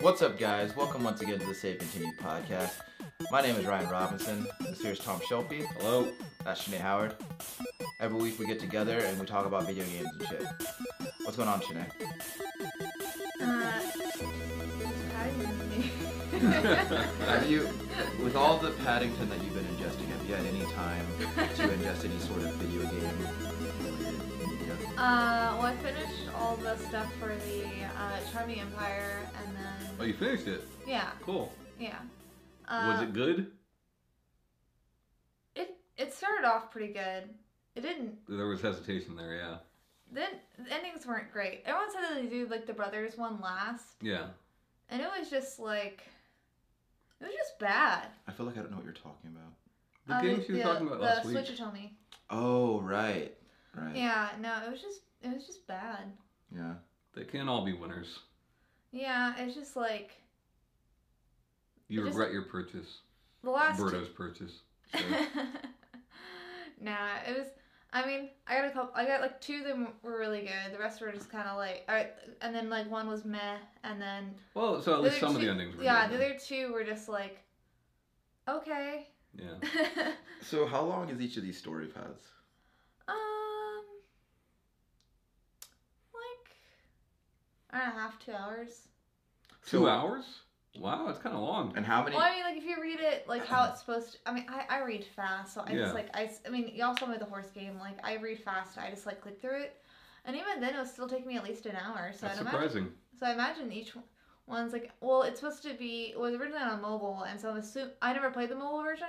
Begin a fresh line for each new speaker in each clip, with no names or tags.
What's up, guys? Welcome once again to the Save Continued podcast. My name is Ryan Robinson. This here is Tom Shelby.
Hello.
That's Shanae Howard. Every week we get together and we talk about video games and shit. What's going on, Shanae?
Uh, surprising me.
Have you, with all the Paddington that you've been ingesting, have you had any time to ingest any sort of video game? Yeah.
Uh, well, I finished all the stuff for the uh, Charming Empire, and
Oh,
then
you finished it.
yeah,
Cool.
yeah.
was
Uh,
it good?
It it started off pretty good. It didn't.
There was hesitation there. Yeah.
Then the endings weren't great. Everyone said that they do like the brothers one last,
Yeah.
and it was just like it was just bad.
I feel like I don't know what you're talking about.
The
Uh,
game she was
the-
talking about
the
last
Switch
week.
you told me.
Oh, right. Right.
Yeah, no, it was just it was just bad.
Yeah.
They can all be winners.
Yeah, it's just like
You
It just-
regret your purchase.
the last. two-
Birdo's purchase. So,
nah, it was. I mean, I got a couple. I got like two of them were really good. The rest were just kind of like, all right, and then like one was meh, and then
well, so at
the
least
other
some of the
two-
endings were
Yeah,
good.
the other two were just like, okay.
Yeah.
So, how long is each of these story paths?
um, like I don't know, half two hours.
Two
So-
hours? Wow, it's kind of long.
And how many?
Well, I mean, like if you read it like how it's supposed to. I mean, I, I read fast, so I
Yeah.
just like I. s- I mean, y'all saw me with the horse game. Like I read fast, I just like click through it, and even then it was still taking me at least an hour. So
That's
I'd imagine.
surprising.
So I imagine each one- one's like, well, it's supposed to be. It was originally on mobile, and so I'm assuming I never played the mobile version.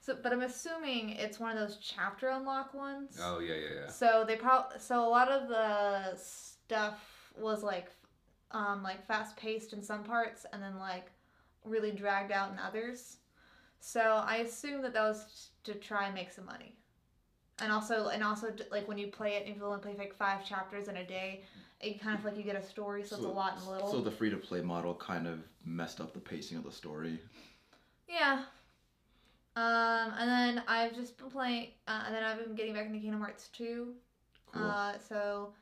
So, but I'm assuming it's one of those chapter unlock ones.
Oh yeah, yeah, yeah.
So they probably so a lot of the stuff was like, um, like fast paced in some parts, and then like really dragged out in others. So I assume that that was to try and make some money, and also and also like when you play it, if you only play like five chapters in a day, you kind of feel like you get a story, so, it's a lot and little.
So the free to play model kind of messed up the pacing of the story.
Yeah. Um, and then I've just been playing, uh, and then I've been getting back into Kingdom Hearts 2.
Cool.
Uh, so,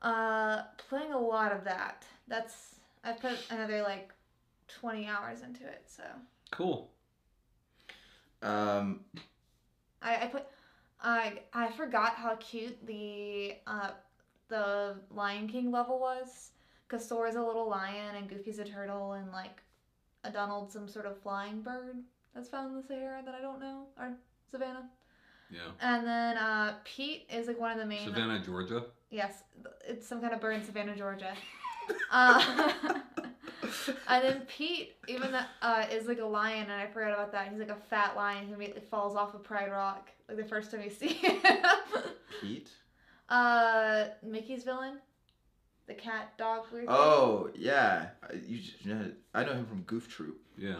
uh, playing a lot of that. That's, I've put another like 20 hours into it, so.
Cool.
Um,
I, I put, I, I forgot how cute the, uh, the Lion King level was. Cause Sora's a little lion, and Goofy's a turtle, and like, a Donald's some sort of flying bird that's found in the Sahara that I don't know, or Savannah.
Yeah.
And then uh, Pete is like one of the main.
Savannah, Georgia.
Yes, it's some kind of bird in Savannah, Georgia. uh, and then Pete, even that uh, is like a lion, and I forgot about that. He's like a fat lion who immediately falls off of Pride Rock, like the first time you see him.
Pete.
uh, Mickey's villain, the cat dog weird. thing.
Oh yeah, I- you. j- yeah, I know him from Goof Troop
Yeah.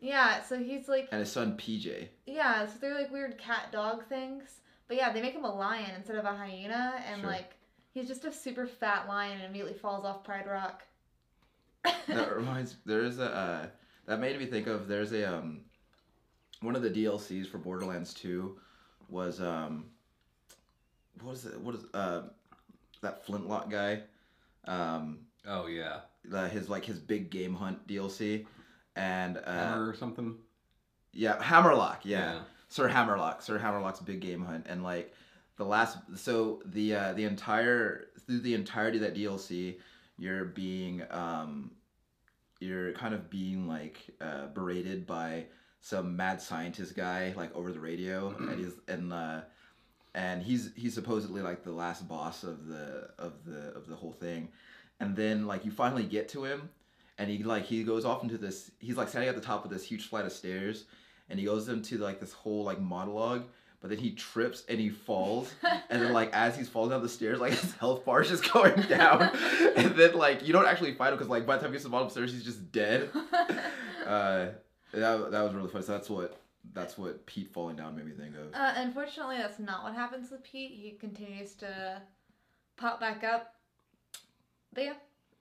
Yeah, so he's like
and his son PJ.
Yeah, so they're like weird cat dog things. But yeah, they make him a lion instead of a hyena, and
Sure.
like he's just a super fat lion and immediately falls off Pride Rock.
That reminds. There is a. Uh, that made me think of. There's a um, one of the DLCs for Borderlands Two, was um, what is it? What is uh, that Flintlock guy, um,
Oh yeah.
the, his like his big game hunt DLC, and uh,
Hammer or something.
yeah, Hammerlock, yeah. Sir Hammerlock, Sir Hammerlock's big game hunt, and like the last, so the uh, the entire through the entirety of that DLC, you're being um, you're kind of being like uh, berated by some mad scientist guy like over the radio, and he's and uh, and he's he's supposedly like the last boss of the of the of the whole thing, and then like you finally get to him, and he like he goes off into this he's like standing at the top of this huge flight of stairs and he goes into like this whole like monologue but then he trips and he falls and then like as he's falling down the stairs like his health bar is just going down and then like you don't actually fight him because like by the time he gets to the bottom of the stairs he's just dead uh that, that was really funny so that's what that's what pete falling down made me think of
Uh, unfortunately, that's not what happens with Pete. He continues to pop back up. But yeah,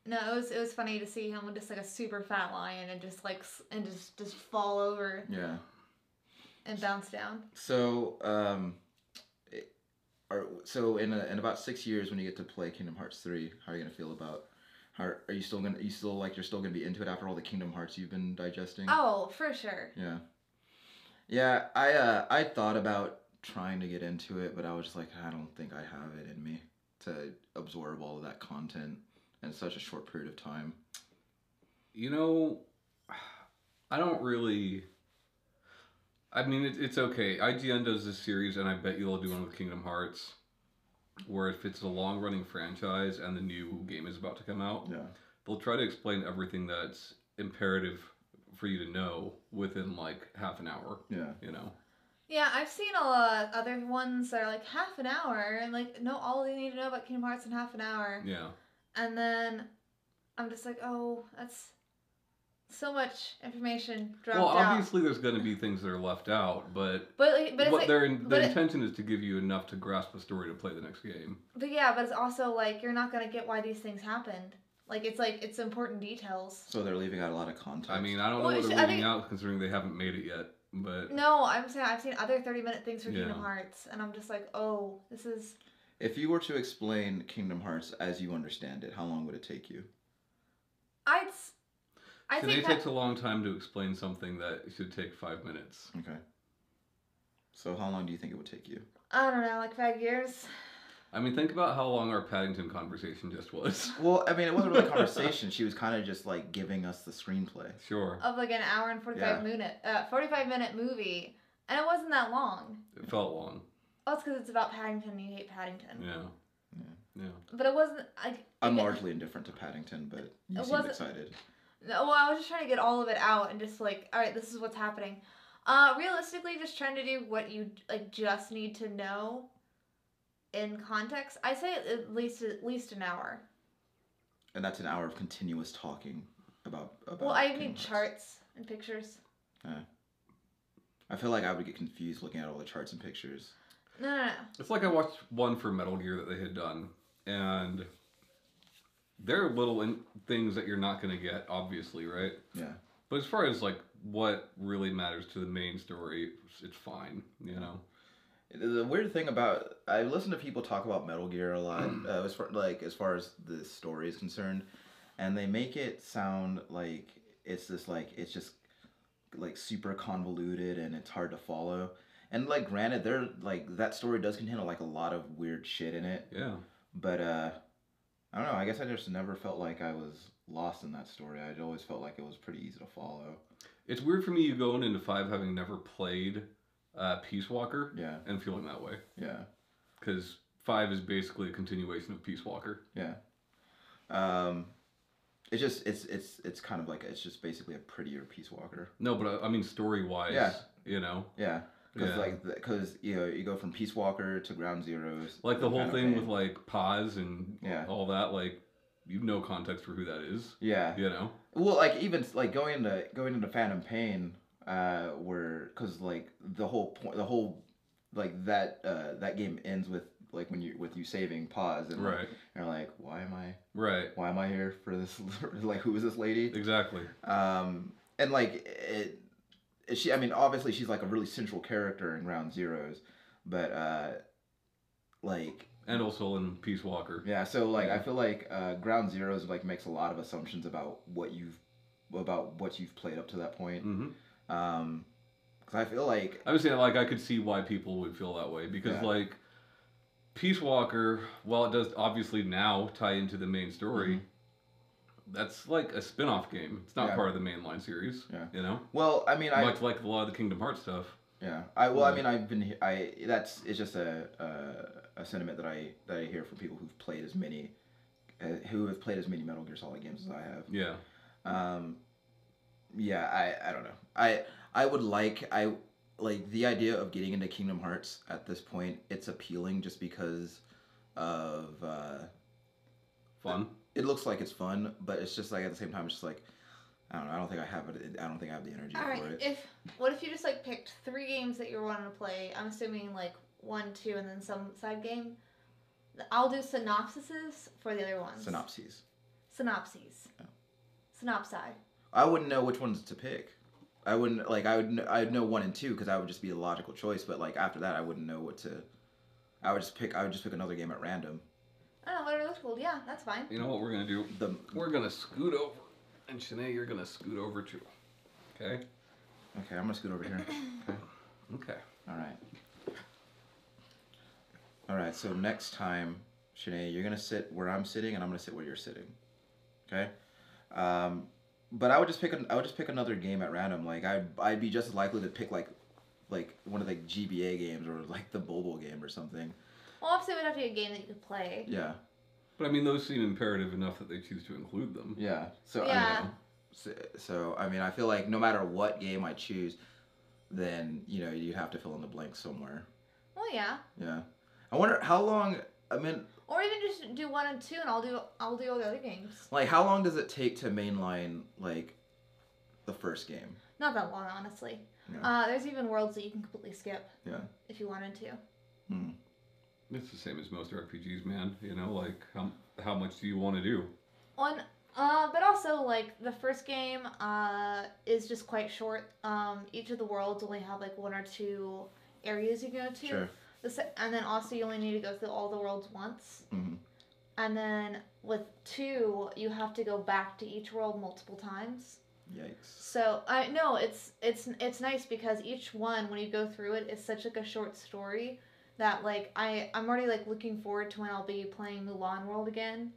no, it was it was funny to see him with just like a super fat lion and just like s- and just just fall over
yeah
and bounce down.
so um it- are, so in, a, in about six years when you get to play kingdom hearts 3 how are you gonna feel about Are, are you still gonna? You still like? You're still gonna be into it after all the Kingdom Hearts you've been digesting.
Oh, for sure.
Yeah. Yeah, I uh, I thought about trying to get into it, but I was just like, I don't think I have it in me to absorb all of that content in such a short period of time.
You know, I don't really. I mean, it, it's okay. IGN does this series, and I bet you'll do one with Kingdom Hearts, where if it's a long running franchise and the new game is about to come out,
Yeah.
they'll try to explain everything that's imperative for you to know within like half an hour,
Yeah.
you know?
Yeah, I've seen a lot other ones that are like half an hour and like know all you need to know about Kingdom Hearts in half an hour.
Yeah.
And then I'm just like, oh, that's so much information dropped
Well,
out.
obviously, there's going to be things that are left out, but.
But like, but it's
what
like,
their in,
but
their
it-
intention is to give you enough to grasp the story to play the next game.
but yeah, but it's also like you're not gonna get why these things happened. Like it's like it's important details.
So they're leaving out a lot of content.
I mean, I don't
Well,
know what
it's-
they're
I
leaving
think-
out considering they haven't made it yet, but
No, I'm saying I've seen other 30 minute things for Kingdom
Yeah.
Hearts, and I'm just like, oh, this is
if you were to explain Kingdom Hearts as you understand it, how long would it take you?
I'd. s- I
today
think
takes
that,
a long time to explain something that should take five minutes.
Okay. So how long do you think it would take you?
I don't know, like five years.
I mean, think about how long our Paddington conversation just was.
Well, I mean, it wasn't really a conversation. she was kind of just like giving us the screenplay.
Sure,
of like an hour and 45 minute uh, 45 minute movie and it wasn't that long
it felt long.
oh it's because it's about paddington and you hate paddington
Yeah, yeah.
but it wasn't like
I'm
like,
largely indifferent to Paddington, but you
It
seemed
wasn't-
excited.
no, well i was just trying to get all of it out and just like all right this is what's happening uh realistically just trying to do what you like just need to know in context i say at least at least an hour
And that's an hour of continuous talking about. about
well i
Kingdom
need
Hearts.
charts and pictures
I feel like I would get confused looking at all the charts and pictures.
no no no
It's like I watched one for Metal Gear that they had done, and there are little in- things that you're not going to get, obviously, right?
Yeah.
But as far as like what really matters to the main story, it's fine, you know.
The weird thing about I listen to people talk about Metal Gear a lot, uh, as far like as far as the story is concerned, and they make it sound like it's this like it's just like super convoluted and it's hard to follow. And like, granted, they're like that story does contain like a lot of weird shit in it,
Yeah.
but uh, I don't know. I guess I just never felt like I was lost in that story. I always felt like it was pretty easy to follow.
It's weird for me you going into five having never played uh, Peace Walker
Yeah,
and feeling that way
yeah.
because five is basically a continuation of Peace Walker.
Yeah. Um, it's just it's it's it's kind of like it's just basically a prettier Peace Walker.
No, but uh, I, I mean story wise,
Yeah.
you know,
Yeah. Because
Yeah.
like because you know you go from Peace Walker to Ground Zeroes.
like the whole
Kind of
thing
thing.
with like Paz and
Yeah.
all that, like you have no context for who that is,
Yeah.
you know.
Well, like even like going into going into Phantom Pain, uh, where because like the whole point the whole like that uh that game ends with like when you with you saving pause and like,
Right.
you're like why am I
Right.
why am I here for this like who is this lady
Exactly.
um, and like it, it- she i mean obviously she's like a really central character in ground zeros but uh like
And also in Peace Walker.
yeah so like i feel like uh ground zeros like makes a lot of assumptions about what you've about what you've played up to that point
hmm
um because i feel like
I'm saying like I could see why people would feel that way because
Yeah.
like Peace Walker, while it does obviously now tie into the main story, that's like a spin-off game. It's not
Mm-hmm. Yeah.
part of the mainline series.
Yeah.
You know?
well i mean i
Much like a lot of the Kingdom Hearts stuff.
Yeah, I well, I
Yeah.
mean, I've been he- I that's it's just a, a a sentiment that I that I hear from people who've played as many, uh, who have played as many Metal Gear Solid games as I have.
Yeah.
Um, yeah, I I don't know. I I would like I like the idea of getting into Kingdom Hearts at this point. It's appealing just because of uh,
Fun.
it looks like it's fun, but it's just like at the same time, it's just like I don't know. I don't think I have it. I don't think I have the energy
all
for
right
it.
if what if you just like picked three games that you wanted to play i'm assuming like one two and then some side game i'll do synopsises for the other ones
Synopses.
synopses synopsi
I wouldn't know which ones to pick. I wouldn't like I would kn- I'd know one and two because I would just be a logical choice. But like after that, I wouldn't know what to. I would just pick. I would just pick another game at random.
Oh, what are those called? Yeah, that's fine.
You know what we're gonna do?
The
We're gonna scoot over, and Shanae, you're gonna scoot over too. Okay.
okay, I'm gonna scoot over here.
Okay.
All right. All right. So next time, Shanae, you're gonna sit where I'm sitting, and I'm gonna sit where you're sitting. Okay. Um, but I would just pick. An, I would just pick another game at random. Like I, I'd be just as likely to pick like, like one of the GBA games or like the Bobo game or something.
Well, obviously, it would have to be a game that you could play.
Yeah.
But I mean, those seem imperative enough that they choose to include them.
Yeah. So I
Yeah.
mean, so, so I mean, I feel like no matter what game I choose, then you know you have to fill in the blanks somewhere.
Well, yeah.
Yeah. I wonder how long. I mean,
Or even just do one and two, and I'll do I'll do all the other games.
Like, how long does it take to mainline like the first game?
Not that long, honestly.
Yeah.
Uh, there's even worlds that you can completely skip.
Yeah.
If you wanted to.
Hmm.
It's the same as most RPGs, man. You know, like how how much do you want to do?
On uh, but also like the first game uh is just quite short. Um, each of the worlds only have like one or two areas you go to.
Sure.
The se- and then also you only need to go through all the worlds once.
Mhm.
And then with two, you have to go back to each world multiple times.
Yikes.
So I no, it's it's it's nice because each one when you go through it is such like a short story that like I I'm already like looking forward to when I'll be playing Mulan World again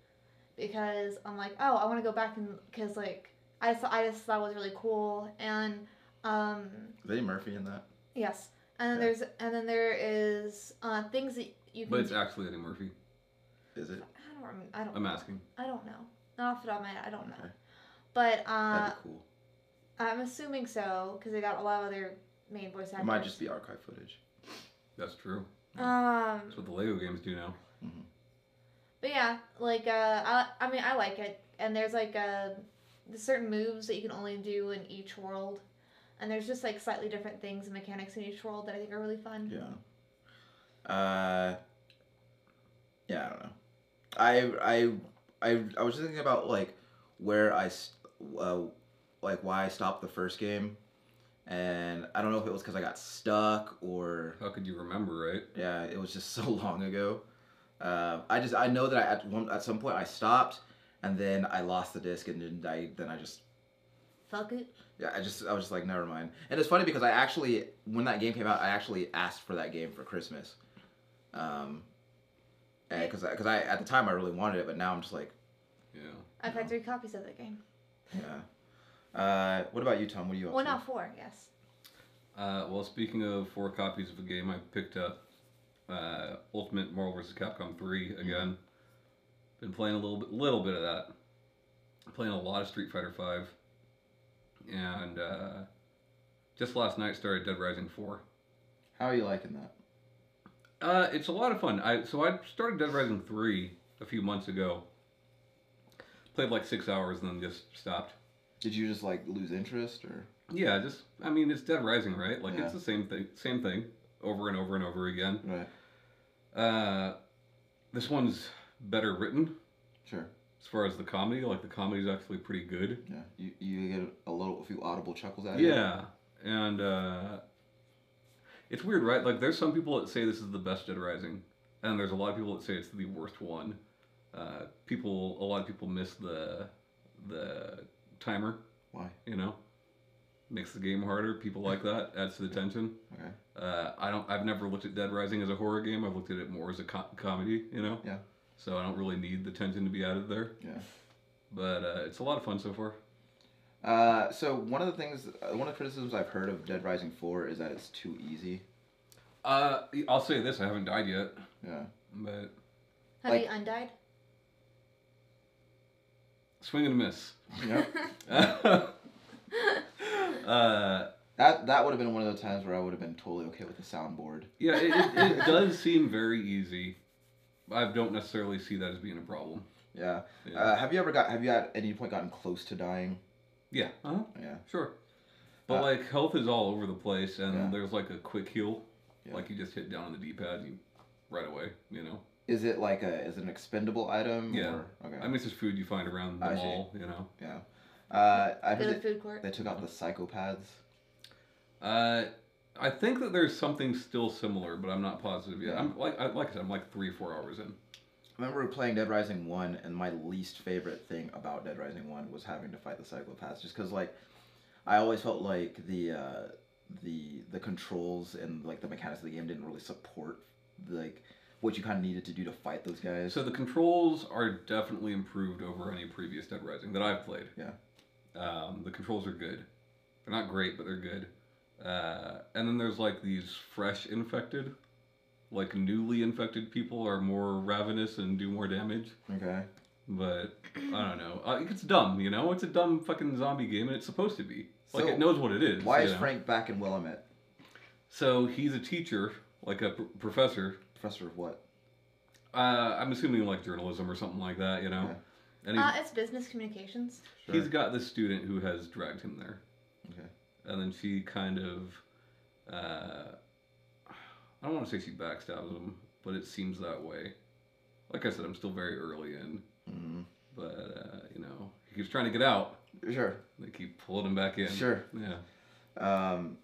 because I'm like oh I want to go back and because like I saw I just thought it was really cool and um
Is Eddie Murphy in that?
yes and then
Yeah.
there's and then there is uh things that you can
But it's
do-
actually Eddie Murphy.
Is it?
I don't rem- I don't
I'm asking.
I don't know not off the top of my head I don't know
Okay.
but uh
That'd be cool.
I'm assuming so because they got a lot of other main voice actors
It might just be archive footage.
That's true.
Um,
That's what the Lego games do now.
but yeah, like uh, I, I mean, I like it, and there's like uh, there's certain moves that you can only do in each world, and there's just like slightly different things and mechanics in each world that I think are really fun.
Yeah. Uh. Yeah, I don't know. I I I I was just thinking about like where I s- uh, like why I stopped the first game, and I don't know if it was because I got stuck or
How could you remember, right?
Yeah, it was just so long ago. Uh, I just I know that I, at one at some point I stopped, and then I lost the disc, and then I then I just
Fuck it.
yeah I just I was just like never mind. And it's funny because I actually when that game came out, I actually asked for that game for Christmas, um, because because I at the time I really wanted it, but now I'm just like
Yeah.
I've had three copies of that game.
yeah. Uh, what about you, Tom? What are you up
Well,
to?
not four. Yes.
Uh, well, speaking of four copies of a game, I picked up uh, Ultimate Marvel vs. Capcom 3 again. Been playing a little bit, little bit of that. Playing a lot of Street Fighter 5, and uh, just last night started Dead Rising 4.
How are you liking that?
Uh, it's a lot of fun. I so I started Dead Rising three a few months ago. Played like six hours and then just stopped.
Did you just like lose interest or?
Yeah, just I mean it's Dead Rising, right? Like
Yeah.
it's the same thing, same thing, over and over and over again.
Right.
Uh, this one's better written
Sure.
as far as the comedy. Like the comedy's actually pretty good.
Yeah. You you get a little a few audible chuckles out of it.
Yeah, and uh, it's weird, right? Like there's some people that say this is the best Dead Rising, and there's a lot of people that say it's the worst one. Uh, people, a lot of people miss the the timer.
Why?
You know, makes the game harder. People like that adds to the tension.
Okay.
Uh, I don't. I've never looked at Dead Rising as a horror game. I've looked at it more as a co- comedy. You know.
Yeah.
So I don't really need the tension to be added there,
Yeah.
but uh, it's a lot of fun so far.
Uh, so one of the things, uh, one of the criticisms I've heard of Dead Rising Four is that it's too easy.
Uh, I'll say this: I haven't died yet,
Yeah.
but
Have
Like-
you undied?
swing and a miss.
Yep.
uh,
that that would have been one of the times where I would have been totally okay with the soundboard.
yeah, it, it, it does seem very easy. I don't necessarily see that as being a problem.
Yeah.
Yeah.
Uh, have you ever got? Have you at any point gotten close to dying?
yeah, uh-huh,
Yeah.
sure. But
Uh,
like health is all over the place, and
Yeah.
there's like a quick heal,
Yeah.
like you just hit down on the D-pad, you right away. You know,
Is it like a? Is it an expendable item?
Yeah.
Or, okay.
I mean, it's just food you find around the
I see.
mall. You know,
yeah. Uh, I
Go to
heard
the
that
food court.
they took out the psychopaths.
uh, I think that there's something still similar, but I'm not positive yet. I'm like, I, like I said, I'm like three or four hours in.
I remember we were playing Dead Rising 1, and my least favorite thing about Dead Rising 1 was having to fight the psychopaths. Just because, like, I always felt like the, uh, the, the controls and, like, the mechanics of the game didn't really support, like, what you kind of needed to do to fight those guys.
So the controls are definitely improved over any previous Dead Rising that I've played.
Yeah.
Um, the controls are good. They're not great, but they're good. Uh, and then there's like these fresh infected, like newly infected people are more ravenous and do more damage.
okay.
But I don't know. Uh, it's dumb, you know. It's a dumb fucking zombie game, and it's supposed to be. Like
So
it knows what it is.
Why
you
is
know?
Frank back in Willamette?
So he's a teacher, like a pr- professor.
Professor of what?
Uh, I'm assuming like journalism or something like that, you know.
Okay.
And he's
Uh, it's business communications.
He's got this student who has dragged him there.
Okay.
And then she kind of, uh, I don't want to say she backstabs him, but it seems that way. Like I said, I'm still very early in,
Mhm.
but uh, you know, he keeps trying to get out.
Sure.
They keep pulling him back in.
Sure.
Yeah.
Um,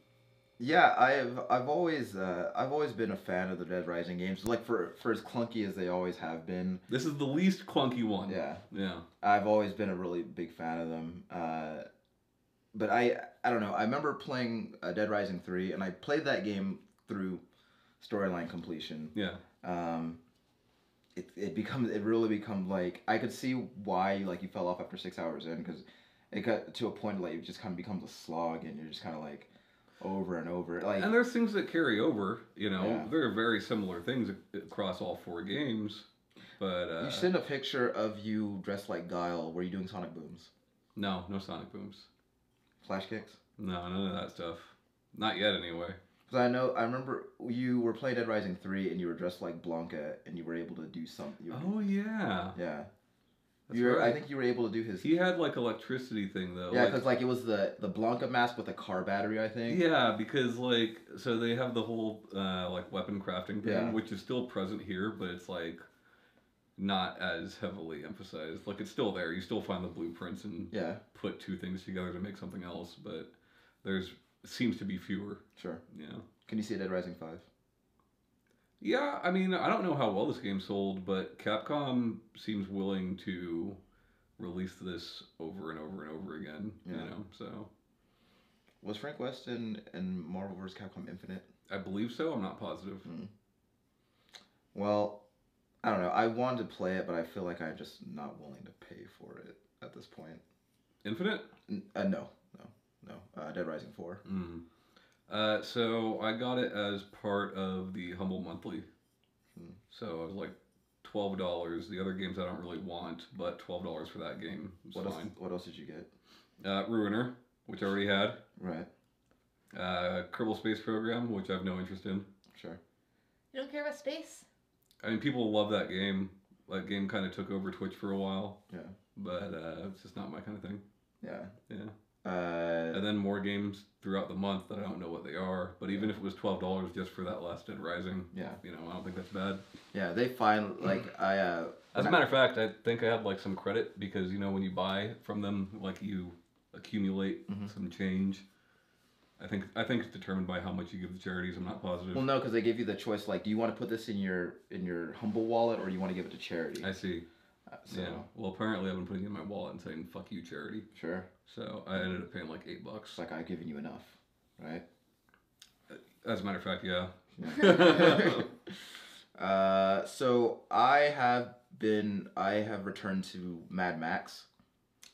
yeah, I've I've always uh, I've always been a fan of the Dead Rising games. Like for for as clunky as they always have been.
This is the least clunky one.
Yeah,
Yeah.
I've always been a really big fan of them. Uh, but I I don't know. I remember playing uh, Dead Rising three, and I played that game through storyline completion.
Yeah.
Um, it it becomes it really become like I could see why like you fell off after six hours in because it got to a point like it just kind of becomes a slog and you're just kind of like over and over like
And there's things that carry over. You know,
Yeah.
there are very similar things ac- across all four games, but uh,
You send a picture of you dressed like Guile. Were you doing sonic booms,
no, no sonic booms.
flash kicks?
No, none of that stuff. Not yet, anyway.
Because I know I remember you were playing Dead Rising three, and you were dressed like Blanca, and you were able to do something.
Oh yeah,
yeah.
that's
You were,
right.
I think you were able to do his.
he had like electricity thing though.
yeah,
like-
because like it was the the Blanca mask with a car battery, I think.
yeah, because like so they have the whole uh, like weapon crafting thing,
Yeah.
which is still present here, but it's like not as heavily emphasized. Like it's still there. You still find the blueprints and
Yeah.
put two things together to make something else, but there's seems to be fewer.
Sure.
Yeah.
Can you see a Dead Rising five?
Yeah, I mean, I don't know how well this game sold, but Capcom seems willing to release this over and over and over again. You
Yeah.
know, so
Was Frank West in, in Marvel vs. Capcom Infinite?
I believe so. I'm not positive.
Mm. Well, I don't know. I wanted to play it, but I feel like I'm just not willing to pay for it at this point.
Infinite.
N- uh, no, no, no. Uh, Dead Rising four.
Mm. Uh, so I got it as part of the Humble Monthly.
Hmm.
So I was like twelve dollars. The other games I don't really want, but twelve dollars for that game is
What else?
fine.
What else did you get?
Uh, Ruiner, which I already had.
Right.
Uh, Kerbal Space Program, which I have no interest in.
Sure.
You don't care about space?
I mean, people love that game. That game kind of took over Twitch for a while,
Yeah.
but uh, it's just not my kind of thing.
Yeah.
Yeah.
Uh,
And then more games throughout the month that I don't know what they are. But even if it was twelve dollars just for that last Dead Rising,
yeah.
you know, I don't think that's bad.
Yeah. They find like I. Uh,
As a
when I-
matter of fact, I think I had like some credit because you know when you buy from them, like you accumulate
Mhm.
some change. I think I think it's determined by how much you give the charities. I'm not positive.
well, no, because they give you the choice. Like, do you want to put this in your in your humble wallet, or do you want to give it to charity?
I see.
Uh, so
Yeah. Well, apparently I've been putting it in my wallet and saying "fuck you, charity."
sure.
So I ended up paying like eight bucks.
It's like I've given you enough, right?
As a matter of fact, yeah.
Yeah. uh, so I have been. I have returned to Mad Max.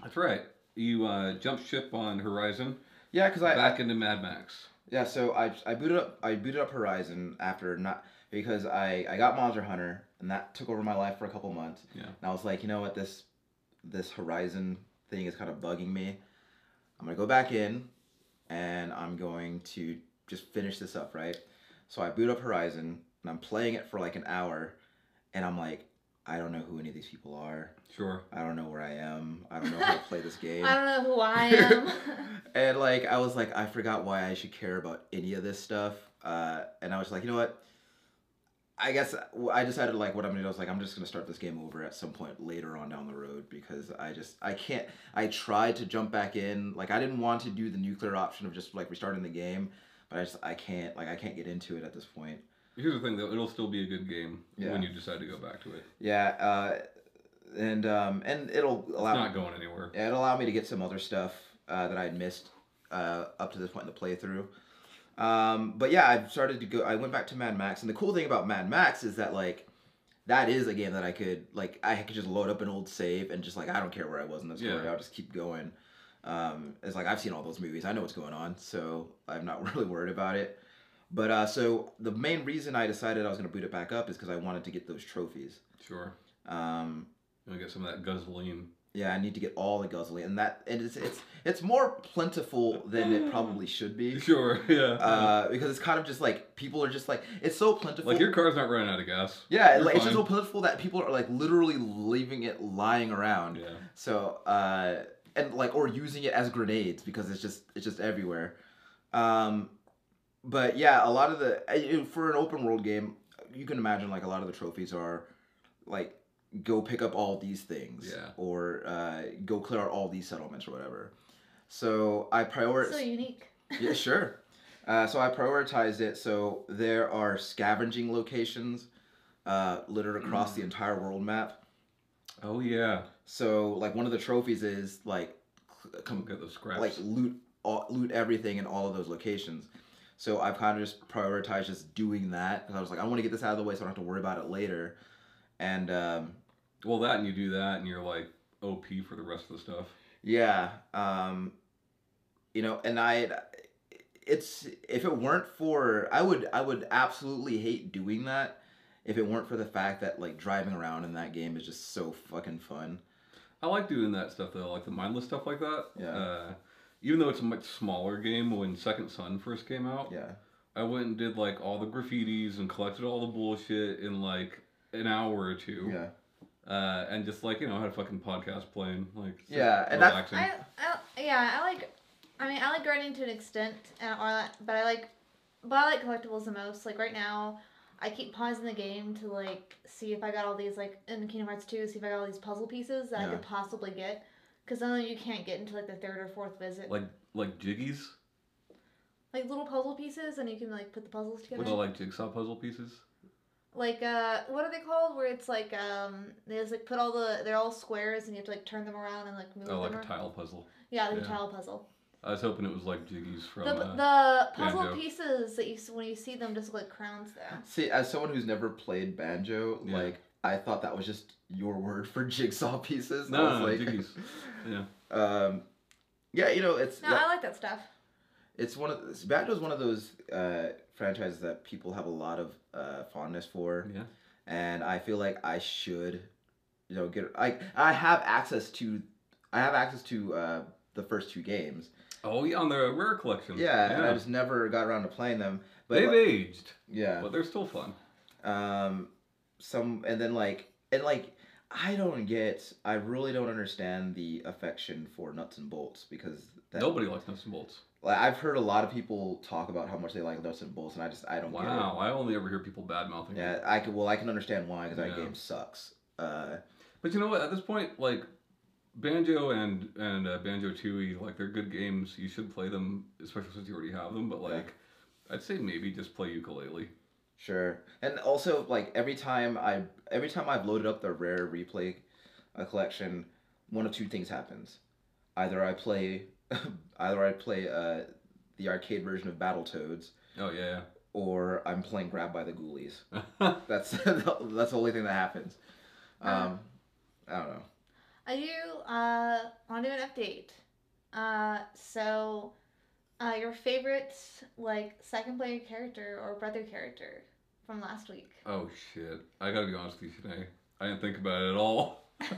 That's right. You uh, jump ship on Horizon
Yeah, because I, I
back into Mad Max.
Yeah, so I I booted up I booted up Horizon after not because I I got Monster Hunter and that took over my life for a couple months.
Yeah.
And I was like, you know what, this this Horizon thing is kind of bugging me. I'm gonna go back in, and I'm going to just finish this up, right? So I boot up Horizon and I'm playing it for like an hour, and I'm like, I don't know who any of these people are.
Sure.
I don't know where I am. I don't know how to play this game.
I don't know who I am.
and like I was like I forgot why I should care about any of this stuff. Uh, and I was like, you know what? I guess uh, I decided like what I'm gonna do. I was like, I'm just gonna start this game over at some point later on down the road because I just I can't. I tried to jump back in. Like I didn't want to do the nuclear option of just like restarting the game, but I just I can't. Like I can't get into it at this point.
Here's the thing though, it'll still be a good game
Yeah.
when you decide to go back to it.
Yeah, uh, and um, and it'll
It's
allow
not going anywhere.
it allowed me to get some other stuff uh, that I had missed uh, up to this point in the playthrough. Um, but yeah, I started to go. I went back to Mad Max, and the cool thing about Mad Max is that like that is a game that I could like I could just load up an old save and just like I don't care where I was in the story.
Yeah.
I'll just keep going. Um, it's like I've seen all those movies. I know what's going on, so I'm not really worried about it. But uh, so the main reason I decided I was going to boot it back up is because I wanted to get those trophies.
Sure.
Um,
You want to get some of that guzzling.
yeah, I need to get all the guzzling, and that and it's it's it's more plentiful than it probably should be,
Sure, yeah.
uh, because it's kind of just like people are just like it's so plentiful.
like your car's not running out of gas.
yeah,
you're
like it's just so
fine.
plentiful that people are like literally leaving it lying around.
Yeah.
So uh, and like or using it as grenades because it's just it's just everywhere. Um, but yeah, a lot of the I- for an open world game, you can imagine like a lot of the trophies are like go pick up all these things
Yeah.
or uh, go clear out all these settlements or whatever. So I prioritize.
so unique.
yeah, sure. Uh, so I prioritized it. So there are scavenging locations uh, littered across the entire world map.
Oh yeah.
So like one of the trophies is like cl-
Come
com-
get those scraps.
like loot all, loot everything in all of those locations. So I've kind of just prioritized just doing that because I was like I want to get this out of the way so I don't have to worry about it later. And um,
well, that and you do that, and you're like OP for the rest of the stuff.
yeah, um, you know, and I it's if it weren't for I would I would absolutely hate doing that if it weren't for the fact that like driving around in that game is just so fucking fun.
I like doing that stuff though, like the mindless stuff like that.
Yeah.
Uh, even though it's a much smaller game, when Second Son first came out,
Yeah.
I went and did like all the graffitis and collected all the bullshit in like an hour or two.
Yeah.
Uh, and just like you know, had a fucking podcast playing, like it's just
Yeah, and that's-
relaxing.
I, I yeah, I like. I mean, I like gardening to an extent, and all that, but I like, but I like collectibles the most. Like right now, I keep pausing the game to like see if I got all these like in Kingdom Hearts two, see if I got all these puzzle pieces that I
Yeah.
could possibly get, because then you can't get into like the third or fourth visit. Like,
like like jiggies,
little puzzle pieces, and you can like put the puzzles together.
which are like jigsaw puzzle pieces.
like uh, what are they called? Where it's like um, they just like put all the they're all squares, and you have to like turn them around and like move
Oh, like
them.
a
around.
tile puzzle.
yeah, like
yeah.
a tile puzzle.
I was hoping it was like jiggies from.
The,
uh,
the puzzle
Banjo.
pieces that you s- when you see them just look like crowns though.
See, as someone who's never played banjo,
Yeah.
like I thought that was just your word for jigsaw pieces.
No,
I
no, no,
was like,
jiggies. yeah.
um, yeah, you know, it's
No, I like that stuff.
it's one of banjo is one of those uh, franchises that people have a lot of uh, fondness for,
Yeah.
and I feel like I should, you know, get I I have access to, I have access to uh, the first two games.
Oh, yeah, on the rare collection.
Yeah, and I just never got around to playing them. But
They've
like,
aged,
yeah,
but they're still fun.
um some and then like and like i don't get i really don't understand the affection for nuts and bolts because that,
Nobody likes nuts and bolts.
like i've heard a lot of people talk about how much they like nuts and bolts and i just i don't
Wow, I only ever hear people bad mouthing.
get it yeah i can well i can understand why because that
Yeah.
game sucks uh
But you know what? At this point, like Banjo and and uh, Banjo Tooie, like they're good games. You should play them, especially since you already have them. But
Yeah.
like, I'd say maybe just play ukulele.
sure and also like every time i every time i've loaded up the rare replay uh, collection one of two things happens either i play either i play uh the arcade version of battletoads
Oh yeah.
or I'm playing Grab by the Ghoulies.
yeah.
That's that's the only thing that happens. Um, I don't know.
I do uh want to do an update. Uh, so, uh, your favorite like second player character or brother character from last week?
oh shit! I gotta be honest with you today. I didn't think about it at all. I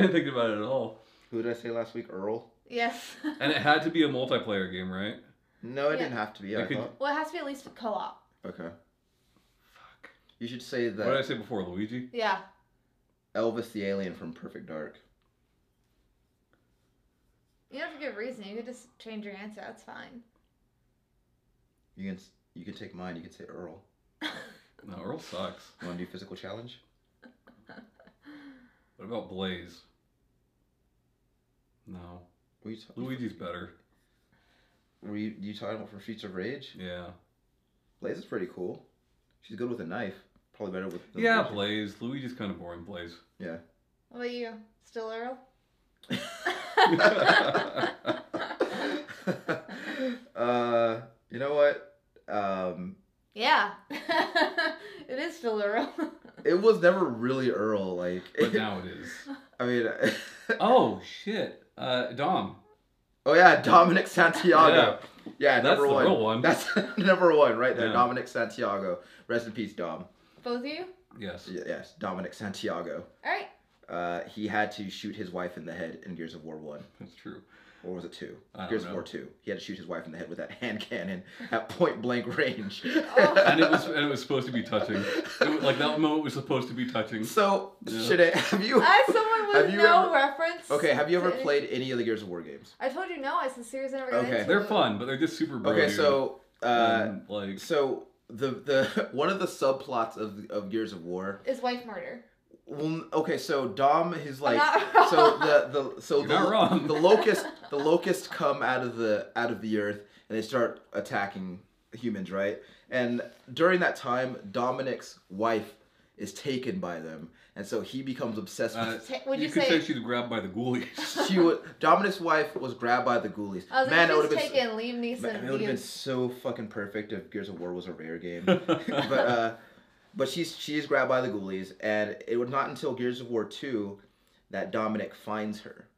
didn't think about it at all.
Who did I say last week? Earl?
Yes.
And it had to be a multiplayer game, right?
No, it
Yeah.
didn't have to be.
I
I,
could-
thought.
well, it has to be at least co-op.
Okay.
Fuck.
You should say
What did I
that
say before, Luigi?
Yeah.
Elvis the alien from Perfect Dark.
You don't have to give a reason. You could just change your answer. That's fine.
You can s- you can take mine. You can say Earl.
No, Earl sucks.
You want to do physical challenge?
What about Blaze? No,
Were you, ta-
Luigi's better.
were you, you talking about from Streets of Rage?
Yeah,
Blaze is pretty cool. She's good with a knife. Probably better with. the-
Yeah, Blaze. Luigi's kind of boring, Blaze.
Yeah.
What about you? Still Earl?
uh, you know what? Um,
yeah. it is still Earl.
it was never really Earl. Like,
But now it is.
I mean,
Oh shit. Uh, Dom.
oh yeah, Dominic Santiago. Yeah,
That's
number
the
one.
real one.
That's number one right there.
Yeah.
Dominic Santiago. Rest in peace, Dom.
Both of you?
Yes.
Y- Yes, Dominic Santiago.
Alright.
Uh, he had to shoot his wife in the head in Gears of War One,
That's true.
or was it two?
I don't
Gears
know.
of War Two. He had to shoot his wife in the head with that hand cannon at point blank range.
And it was and it was supposed to be touching. It was, like that moment was supposed to be touching.
so,
Yeah.
should I, have you?
As someone
Have
with
you ever-
no reference.
Okay, have you ever
to-
played any of the Gears of War games?
I told you no, I sincerely never got
Okay.
into
They're
it.
fun, but they're just super bro.
Okay,
dude.
so uh,
And, like
so the the one of the subplots of of Gears of War.
Is wife murder.
Well, okay, so Dom is like
not
so the the so
You're
the,
not wrong.
the locust the locusts come out of the out of the earth and they start attacking humans, right? And during that time, Dominic's wife is taken by them, and so he becomes obsessed
uh,
with.
Ta- would
you
you
could
say-
say she's grabbed by the ghoulies.
She was, Dominic's wife was grabbed by the ghoulies.
I was
Man, it
like,
would
just
have
take
been
in
Man,
Liam Neeson.
it would have been
you-
so fucking perfect if Gears of War was a rare game. but uh, but she's she's grabbed by the ghoulies, and it was not until Gears of War two that Dominic finds her,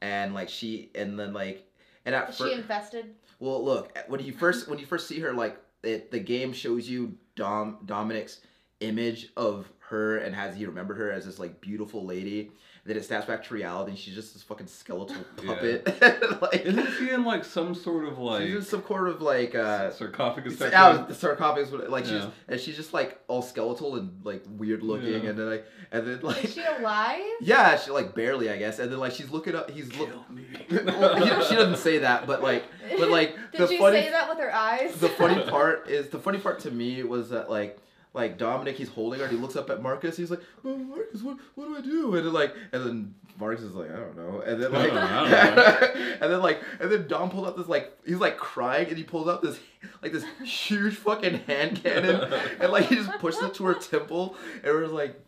and like she and then like and at
Is she
first
infested?
well look when you first when you first see her like it, the game shows you Dom Dominic's image of her and has he remembered her as this like beautiful lady. Then it snaps back to reality, and she's just this fucking skeletal
Yeah.
puppet. like,
Isn't she in like some sort of like
she's in some sort of like uh,
sarcophagus?
it's-
type
yeah,
thing?
the sarcophagus, would- like she's
Yeah.
and she's just like all skeletal and like weird looking,
Yeah.
and then like and then like
Is she alive?
yeah, she like barely I guess, and then like she's looking up, he's look.
Kill me.
well, you know, she doesn't say that, but like, but like
Did
the
she
funny,
say that with her eyes?
the funny part is the funny part to me was that like. Like Dominic, he's holding her. and He looks up at Marcus. He's like, oh, "Marcus, what, what do I do?" And then like, and then Marcus is like, "I don't know." And then like,
I
and then like, and then Dom pulled out this like, he's like crying, and he pulls out this like this huge fucking hand cannon, and like he just pushes it to her temple, and we're like,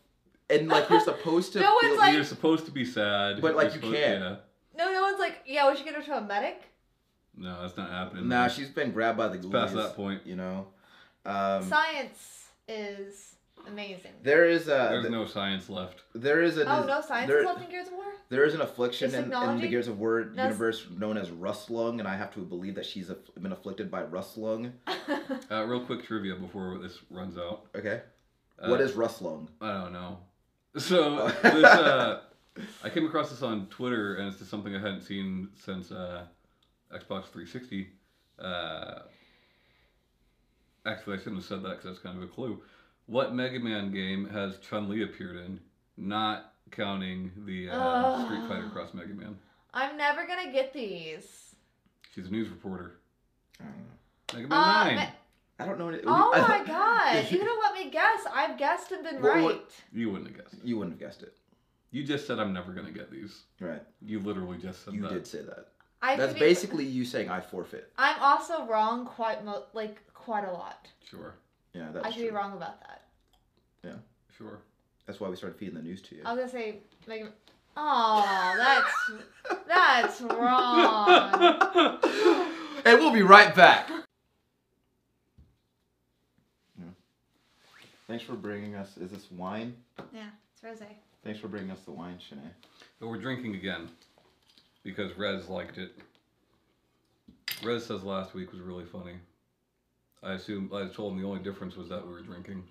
and like you're supposed to.
No one's
feel-
like-
You're supposed to be sad,
But, like,
You're
you
supposed-
can't.
yeah.
No, no one's like, yeah, we should get her to a medic.
No, that's not happening.
Nah, she's been grabbed by the ghoulies.
past that point.
You know, um,
Science is amazing.
there is a
There's no science left.
there is a
oh, no science
there-
is left in Gears of War?
There is an affliction
Is
in, in the
technology-
Gears of War
Does-
universe known as rust lung, and I have to believe that she's aff- been afflicted by rust lung.
Uh, real quick trivia before this runs out.
Okay,
Uh,
what is rust lung?
I don't know. So this, uh, I came across this on Twitter, and it's just something I hadn't seen since uh, Xbox 360. Uh, actually, I shouldn't have said that because that's kind of a clue. What Mega Man game has Chun Li appeared in? Not counting the uh,
Ugh.
Street Fighter Cross Mega Man.
I'm never gonna get these.
She's a news reporter.
I don't know.
Mega Man
Uh,
Nine.
Ma-
I don't know. Any,
oh
I-
my god! You don't let me guess. I've guessed and been
What-
right.
what-
you wouldn't have guessed.
You wouldn't have guessed it,
You just said I'm never gonna get these.
right?
You literally just said
You
that.
did say that.
I
That's
could be-
basically you saying I forfeit.
I'm also wrong quite mo- like quite a lot.
Sure.
Yeah,
I
that's
could
true.
be wrong about that.
Sure.
That's why we started feeding the news to you.
I was gonna say Mega. Oh, that's that's wrong.
and we'll be right back. Yeah. Thanks for bringing us. Is this wine?
Yeah, it's rosé.
Thanks for bringing us the wine, Shanae.
But we're drinking again because Rez liked it. Rez says last week was really funny. I assume I told him the only difference was that we were drinking.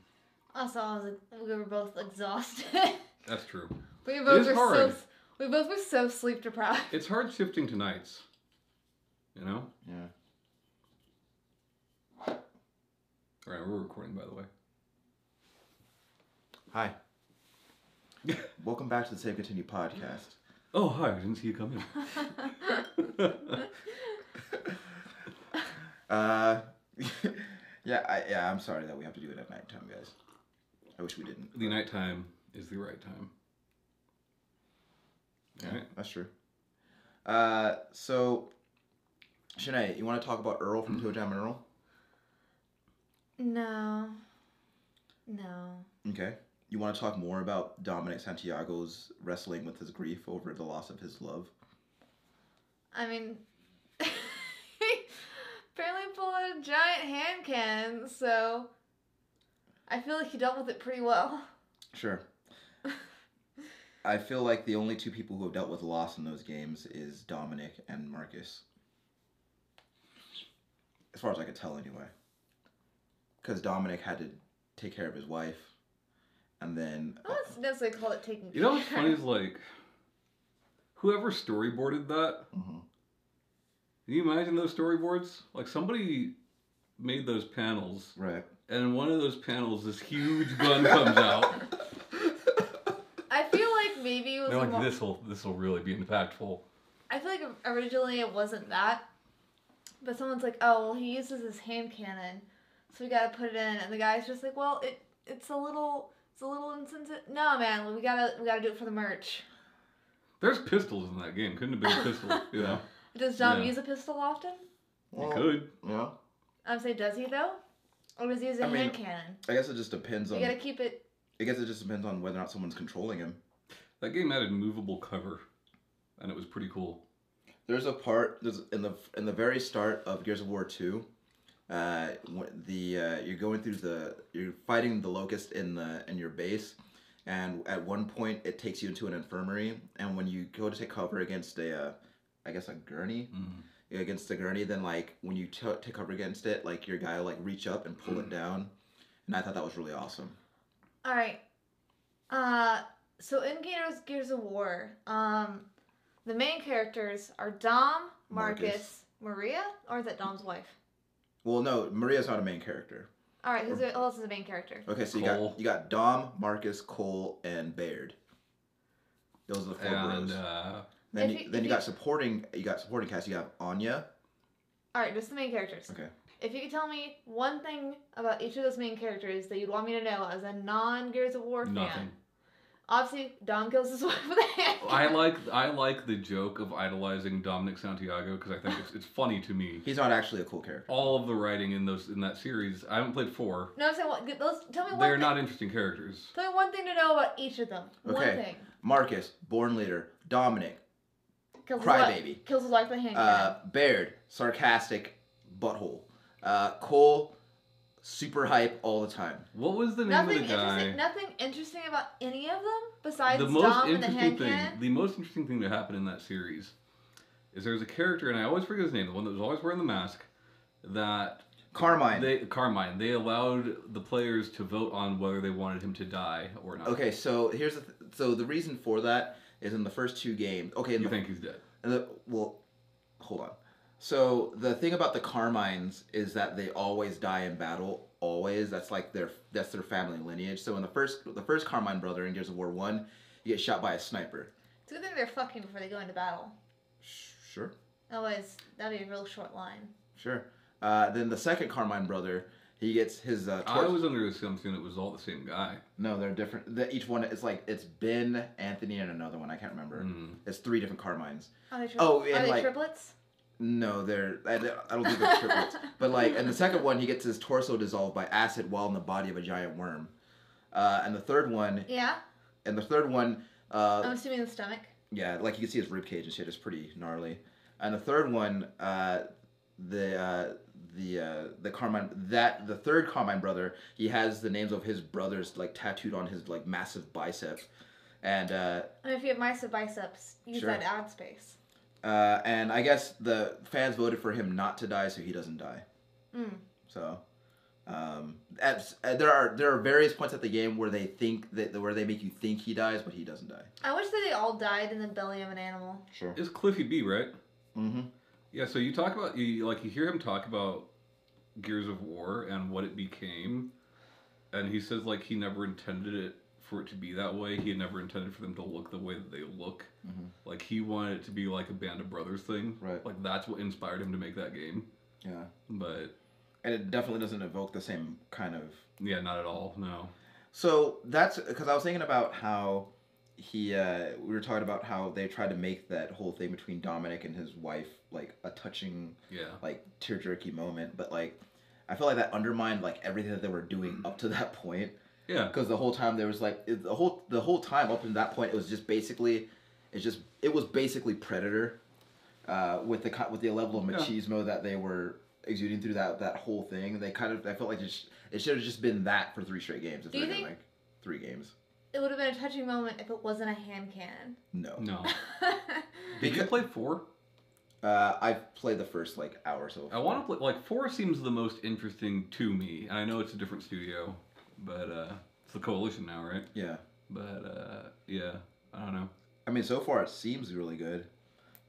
Also, I was like, we were both exhausted.
That's true.
we both
is
were so
hard.
s- we both were so sleep deprived.
It's hard shifting to nights. You know?
Yeah.
All right, we're recording, by the way.
Hi. Welcome back to the Save Continue podcast.
Oh, hi, I didn't see you come in.
Uh, yeah, I, yeah. I'm sorry that we have to do it at nighttime, guys. I wish we didn't.
the nighttime is the right time. All right.
That's true. Uh, so, Shanae, you want to talk about Earl from Toe Jam and Earl?
No. No.
Okay. You want to talk more about Dominic Santiago's wrestling with his grief over the loss of his love?
I mean, apparently pulled out a giant hand can, so I feel like he dealt with it pretty well.
Sure. I feel like the only two people who have dealt with loss in those games is Dominic and Marcus. As far as I could tell, anyway. Because Dominic had to take care of his wife, and then uh,
I wouldn't necessarily call it taking
You know what's
care.
funny is like, whoever storyboarded that,
Mhm.
can you imagine those storyboards? Like somebody made those panels,
right.
and in one of those panels, this huge gun comes out.
I feel like maybe it was
They're
a
like,
more,
this will this will really be impactful.
I feel like originally it wasn't that, but someone's like, oh, well, he uses his hand cannon, so we gotta put it in, and the guy's just like, well, it it's a little it's a little insensitive. No, man, we gotta we gotta do it for the merch.
There's pistols in that game. Couldn't have been a pistol, you know?
Does Dom
Yeah.
use a pistol often?
You could.
Yeah.
I'm saying, does he though, or does he use a
I mean,
hand cannon?
I guess it just depends
You
on.
gotta keep it.
I guess it just depends on whether or not someone's controlling him.
That game had a movable cover, and it was pretty cool.
There's a part there's in the in the very start of Gears of War Two. Uh, when the uh, you're going through the you're fighting the locust in the in your base, and at one point it takes you into an infirmary. And when you go to take cover against a, uh, I guess a gurney
Mm.
yeah, against the gurney, then like when you t- take cover against it, like your guy will, like reach up and pull it down. And I thought that was really awesome.
All right. Uh, so in Gears Gears of War, um, the main characters are Dom, Marcus,
Marcus.
Maria, or is that Dom's wife?
Well, no, Maria's not a main character.
All right, who's the, who else is the main character?
Okay, so you
Cole.
got you got Dom, Marcus, Cole, and Baird. Those are the four
And
bros.
uh,
Then,
If
you,
you-
then
if
you
you-
got supporting. You got supporting cast. You have Anya.
All right, just the main characters.
Okay.
If you could tell me one thing about each of those main characters that you'd want me to know as a non Gears of War fan,
nothing.
obviously Dom kills his wife with a hand.
I like I like the joke of idolizing Dominic Santiago because I think it's, it's funny to me.
He's not actually a cool character.
All of the writing in those in that series, I haven't played four.
No, I'm saying what? get Those, tell me one.
They're
thing,
not interesting characters.
Tell me one thing to know about each of them. One
Okay.
thing.
Marcus, born leader. Dominic,
Kills his wife-
crybaby.
Kills his wife with a hand. cannon.
Uh, Baird, sarcastic butthole. Uh, Cole, super hype all the time.
What was the name
Nothing
of the
interesting.
guy?
Nothing interesting about any of them besides
the most
Dom and the
interesting
hand
thing,
cannon.
the most interesting thing that happened in that series, is there was a character and I always forget his name, the one that was always wearing the mask, that
Carmine.
they Carmine they allowed the players to vote on whether they wanted him to die or not.
Okay, so here's the th- so the reason for that is in the first two games. Okay, in
you
the
think he's dead?
And the, well, hold on. So the thing about the Carmines is that they always die in battle. Always. That's like their that's their family lineage. So in the first the first Carmine brother in Gears of War One, you get shot by a sniper.
It's a good thing they're fucking before they go into battle.
Sure,
Otherwise, that'd be a real short line.
sure. Uh, then the second Carmine brother, he gets his uh,
I
torch.
was under the assumption it was all the same guy.
No, they're different. The, each one is like it's Ben, Anthony, and another one. I can't remember.
Mm.
It's three different Carmines.
Are they, tri-
Oh,
are
and
they
like-
triplets?
No, they're I, don't- I don't think they're triplets. but like, and the second one, he gets his torso dissolved by acid while in the body of a giant worm. Uh, and the third one,
Yeah,
and the third one, uh,
I'm assuming the stomach.
yeah, like you can see his ribcage and shit is pretty gnarly. And the third one, uh, the uh, the uh, the Carmine that the third Carmine brother, he has the names of his brothers like tattooed on his like massive bicep, and uh,
I mean, if you have mice with biceps, use
Sure.
that ad space.
uh, and I guess the fans voted for him not to die, so he doesn't die.
Mm.
So, um, at, uh, there are there are various points at the game where they think that where they make you think he dies, but he doesn't die.
I wish that they all died in the belly of an animal.
Sure.
It's Cliffy B, right?
Mm-hmm.
Yeah. So you talk about you like you hear him talk about Gears of War and what it became, and he says like he never intended it for it to be that way. He had never intended for them to look the way that they look.
Mhm.
Like he wanted it to be like a band of brothers thing.
Right.
Like that's what inspired him to make that game.
Yeah.
But
And it definitely doesn't evoke the same kind of.
yeah, not at all. No.
So that's because I was thinking about how he uh, we were talking about how they tried to make that whole thing between Dominic and his wife like a touching
Yeah.
like tear jerky moment, but like I feel like that undermined like everything that they were doing up to that point.
Yeah.
because the whole time there was like it- the whole the whole time up to that point it was just basically it's just it was basically predator uh, with the co- with the level of
Yeah.
machismo that they were exuding through that that whole thing they kind of I felt like it, sh- it should have just been that for three straight games if
Do
they
you
were doing,
think-
like three games
It would have been a touching moment if it wasn't a hand cannon.
no,
No. Did you
Because-
play four?
Uh, I've played the first like hour or so
I want to play like four seems the most interesting to me. And I know it's a different studio, but uh, it's the Coalition now, right?
yeah
But uh, yeah, I don't know.
I mean so far it seems really good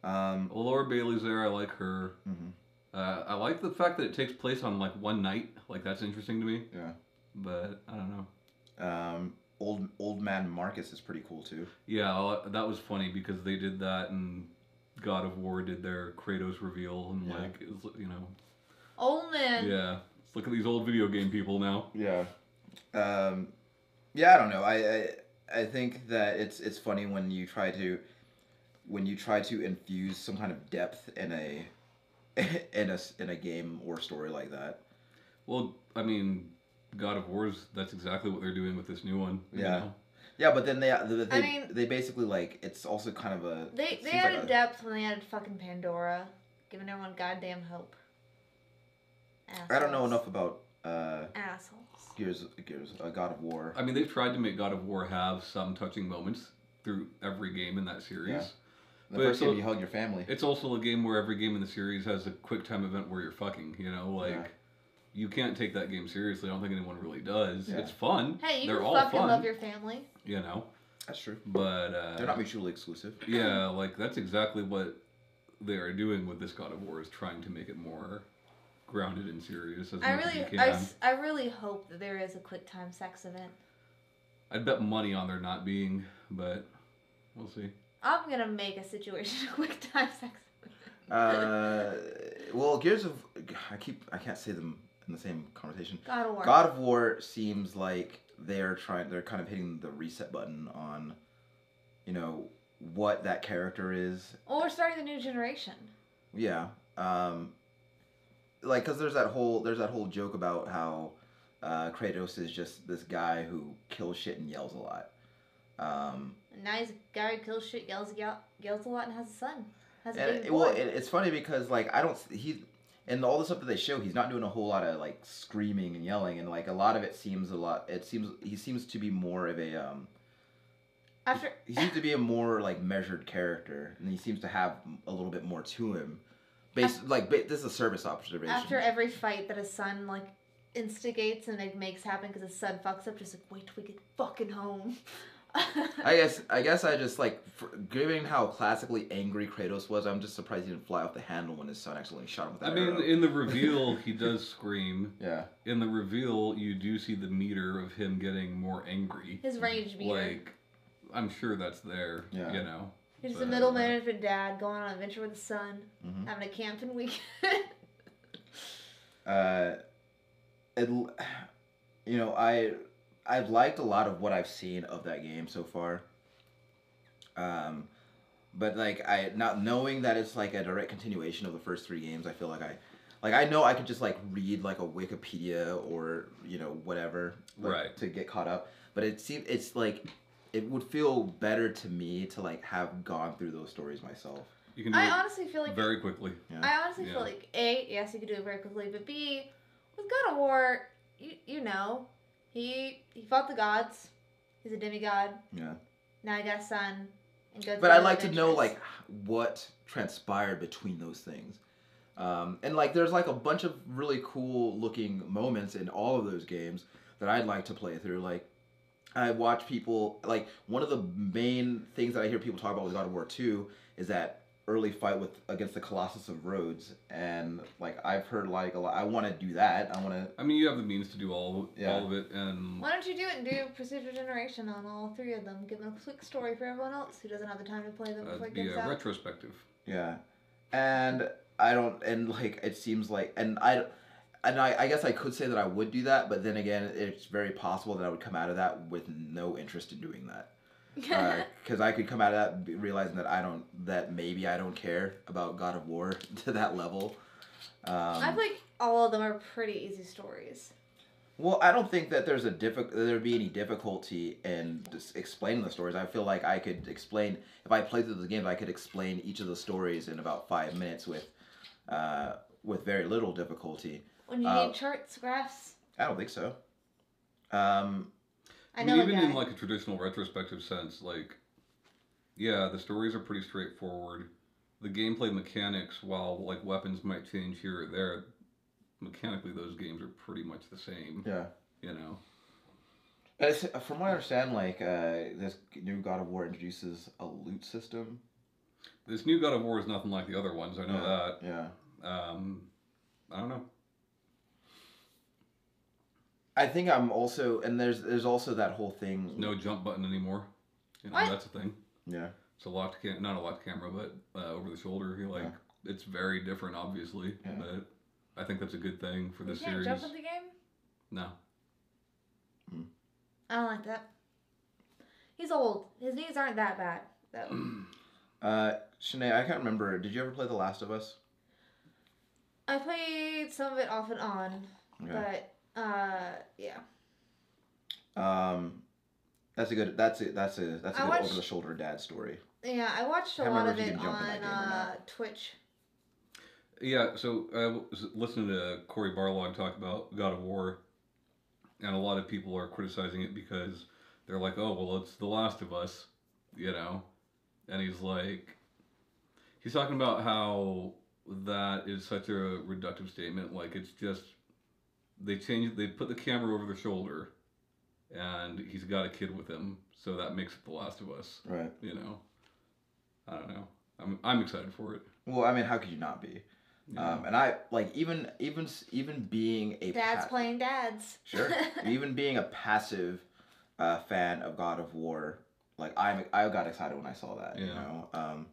um,
Well, Laura Bailey's there. I like her.
mhm,
Uh, I like the fact that it takes place on like one night. Like that's interesting to me.
yeah
But I don't know.
um, old old man Marcus is pretty cool too
Yeah, I li- that was funny because they did that and God of War did their Kratos reveal and
Yeah.
like it was, you know
Oldman.
yeah. Look at these old video game people now.
Yeah. Um, yeah, I don't know. I, I I think that it's it's funny when you try to when you try to infuse some kind of depth in a in a s- in a game or story like that.
Well, I mean, God of War's that's exactly what they're doing with this new one. you
Yeah.
know?
Yeah, but then they they they,
mean-
they basically like it's also kind of a
They
it
they
seems
added
like a-
depth when they added fucking Pandora, giving everyone goddamn hope.
I don't know
Assholes.
enough about uh
Assholes.
Gears Gears uh, God of War.
I mean, they've tried to make God of War have some touching moments through every game in that series.
Yeah. The
but
first
so-
time you hug your family.
It's also a game where every game in the series has a quick time event where you're fucking, you know, like
Yeah.
you can't take that game seriously. I don't think anyone really does.
Yeah.
It's fun.
Hey, you
They're
can
all
fucking
fun,
love your family.
you know,
That's true.
but uh
They're not mutually exclusive.
yeah, like that's exactly what they are doing with this God of War is trying to make it more grounded and serious as
I
much as you
really,
can.
I, s- I really hope that there is a quick time sex event.
I'd bet money on there not being, but we'll see.
I'm gonna make a situation a quick time sex. event.
Uh, well, Gears of I keep I can't say them in the same conversation.
God of War.
God of War seems like they're trying they're kind of hitting the reset button on you know what that character is.
Well, we're starting the new generation.
Yeah. Um like cuz there's that whole there's that whole joke about how uh Kratos is just this guy who kills shit and yells a lot. Um
And now he's a guy who kills shit, yells, yell, yells a lot, and has a son. Has a
and
baby
uh,
it- well
boy.
it, it's funny because like I don't he and all the stuff that they show he's not doing a whole lot of like screaming and yelling and like a lot of it seems a lot it seems he seems to be more of a um
After
he seems to be a more like measured character, and he seems to have a little bit more to him. Based like ba- this is a service observation.
after every fight that his son like instigates and like makes happen because his son fucks up, just like wait till we get fucking home.
I guess I guess I just like for, given how classically angry Kratos was, I'm just surprised he didn't fly off the handle when his son accidentally shot him with that
I mean,
arrow.
in the reveal, he does scream.
yeah,
In the reveal, you do see the meter of him getting more angry.
His rage meter.
Like, I'm sure that's there.
Yeah.
You know.
He's just
but,
a middle
uh,
management dad going on an adventure with his son,
Mhm.
having a camping weekend.
uh, it, l- you know I I've liked a lot of what I've seen of that game so far. Um, but like I not knowing that it's like a direct continuation of the first three games, I feel like I like I know I could just like read like a Wikipedia or you know whatever like,
Right.
to get caught up. But it seems it's like it would feel better to me to like have gone through those stories myself.
You can do
I
it
honestly feel like
very quickly.
I honestly
Yeah.
feel like a yes, you could do it very quickly, but b with God of War, you you know, he he fought the gods. He's a demigod.
Yeah.
Now he got a son. And goes
but
on
I'd
an
like to know
adventure.
like what transpired between those things. Um, and like there's like a bunch of really cool looking moments in all of those games that I'd like to play through. Like I watch people like one of the main things that I hear people talk about with God of War 2 is that early fight with against the Colossus of Rhodes and like I've heard like a lot I want to do that. I want to
I mean, you have the means to do all
Yeah.
all of it, and
Why don't you do it and do Procedure Generation on all three of them? Give them a quick story for everyone else who doesn't have the time to play them
uh,
before it
be
gets
a
out.
retrospective.
Yeah, and I don't, and like it seems like, and I, and I, I guess I could say that I would do that, but then again, it's very possible that I would come out of that with no interest in doing that, because I could come out of that be- realizing that I don't, that maybe I don't care about God of War to that level. Um,
I feel like all of them are pretty easy stories.
Well, I don't think that there's a diffi- there'd be any difficulty in just explaining the stories. I feel like I could explain if I played through the game, I could explain each of the stories in about five minutes with, uh, with very little difficulty.
When you
Uh,
need charts, graphs.
I don't think so. Um,
I
mean,
know a
even
guy.
in like a traditional retrospective sense, like yeah, the stories are pretty straightforward. The gameplay mechanics, while like weapons might change here or there, mechanically those games are pretty much the same.
yeah.
You know,
And it's- from what I understand, like uh, this new God of War introduces a loot system.
this new God of War is nothing like the other ones. I know
yeah. Yeah.
that. Um, I don't know.
I think I'm also, and there's there's also that whole thing.
No jump button anymore. You know,
What?
that's a thing.
Yeah.
It's a locked cam, not a locked camera, but uh, over the shoulder. You like,
Yeah.
it's very different, obviously.
Yeah.
But I think that's a good thing for the
you can't
series.
jump in the game.
no,
I don't like that. He's old. His knees aren't that bad though.
Uh, Shanae, I can't remember. Did you ever play The Last of Us?
I played some of it off and on, but uh, yeah.
Um, that's a good. That's a that's a that's a
I
good
watched-
over the shoulder dad story.
Yeah, I watched a
Can't
lot of
remember if you
it
can jump in
on
that game or
uh,
not.
Twitch.
Yeah, so I was listening to Corey Barlog talk about God of War, and a lot of people are criticizing it because they're like, oh, well, it's The Last of Us, you know? And he's like, he's talking about how that is such a reductive statement. Like, it's just, they changed, they put the camera over their shoulder, and he's got a kid with him, so that makes it The Last of Us,
Right.
you know? I don't know. I'm, I'm excited for it.
Well, I mean, how could you not be? Um, and I like even even s- even being a
Dad's
pa-
playing dads.
Sure. even being a passive uh, fan of God of War, like I'm I got excited when I saw that. You
Yeah.
know. Um,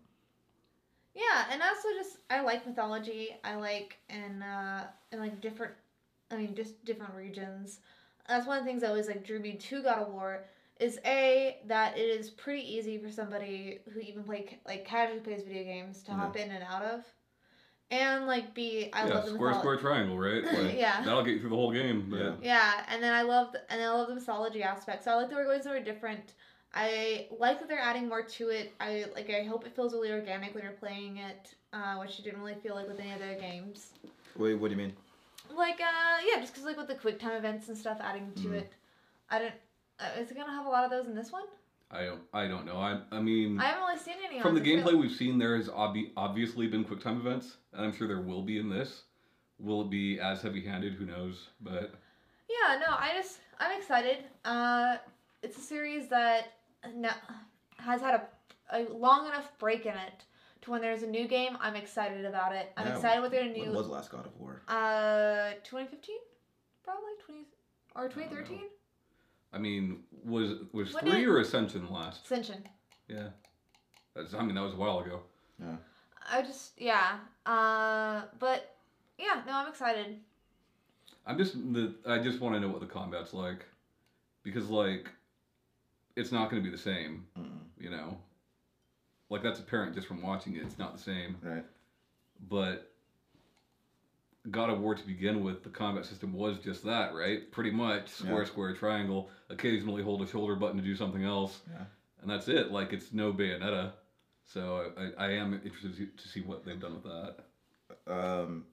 Yeah, and also just I like mythology. I like and uh and like different I mean just different regions. That's one of the things that always like drew me to God of War is a that it is pretty easy for somebody who even play ca- like casually plays video games to
Yeah.
hop in and out of. And like B, I
Mm-hmm. yeah,
love the
square,
mythology.
square, triangle, right? Like,
Yeah.
That'll get you through the whole game. But
Yeah.
Yeah, and then I love and I love the mythology aspect. So I like that we're going somewhere different. I like that they're adding more to it. I like. I hope it feels really organic when you're playing it, uh, which you didn't really feel like with any other games.
wait, what do you mean?
Like, uh, yeah, just because like with the quick time events and stuff adding to
Mm.
Mhm.
it, I don't. Uh, is it gonna have a lot of those in this one?
I don't. I don't know. I. I mean,
I haven't really seen any. on
from the
this
gameplay
really-
we've seen, there has obvi- obviously been QuickTime events, and I'm sure there will be in this. Will it be as heavy-handed? Who knows? But
Yeah, no, I just I'm excited. Uh, it's a series that no, has had a, a long enough break in it to when there's a new game, I'm excited about it. I'm
Yeah,
excited with their
When
new
was last God of War?
uh 2015, probably 20 or 2013
I mean, was was
What
three
did-
or Ascension last?
Ascension.
Yeah. That's, I mean, that was a while ago.
I just yeah. Uh, but yeah, no, I'm excited.
I'm just the. I just want to know what the combat's like, because like, it's not going to be the same.
Mm-mm,
You know, like that's apparent just from watching it. It's not the same.
right.
but God of War to begin with, the combat system was just that, right? Pretty much square,
Yeah.
square, triangle. Occasionally hold a shoulder button to do something else,
Yeah.
and that's it. Like it's no Bayonetta, so I, I am interested to- to see what they've done with that.
Um,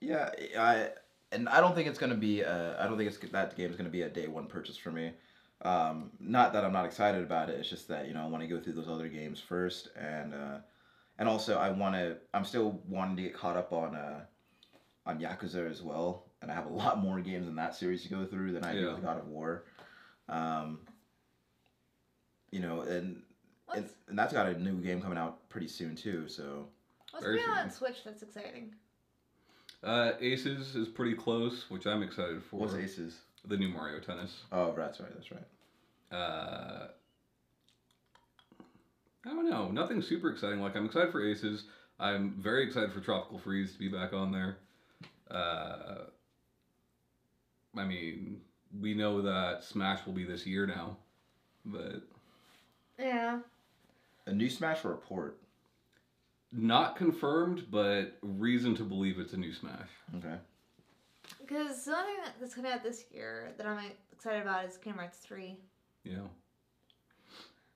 yeah, I and I don't think it's gonna be. I I don't think it's that game's gonna be a day one purchase for me. Um, not that I'm not excited about it. It's just that you know I want to go through those other games first, and uh, and also I want to. I'm still wanting to get caught up on uh, on Yakuza as well, and I have a lot more games in that series to go through than I do
Yeah.
with God of War. Um, you know, and, and
What's
and that's got a new game coming out pretty soon too. So
what's
very
going on
soon.
on Switch that's exciting?
Uh, Aces is pretty close, which I'm excited for.
what's Aces?
The new Mario Tennis.
Oh, that's right. That's right.
Uh, I don't know. Nothing super exciting. Like I'm excited for Aces. I'm very excited for Tropical Freeze to be back on there. Uh, I mean, we know that Smash will be this year now, but
Yeah.
A new Smash report.
not confirmed. But reason to believe it's a new Smash.
Okay.
Because the only thing that's coming out this year that I'm excited about is Kingdom Hearts 3.
Yeah.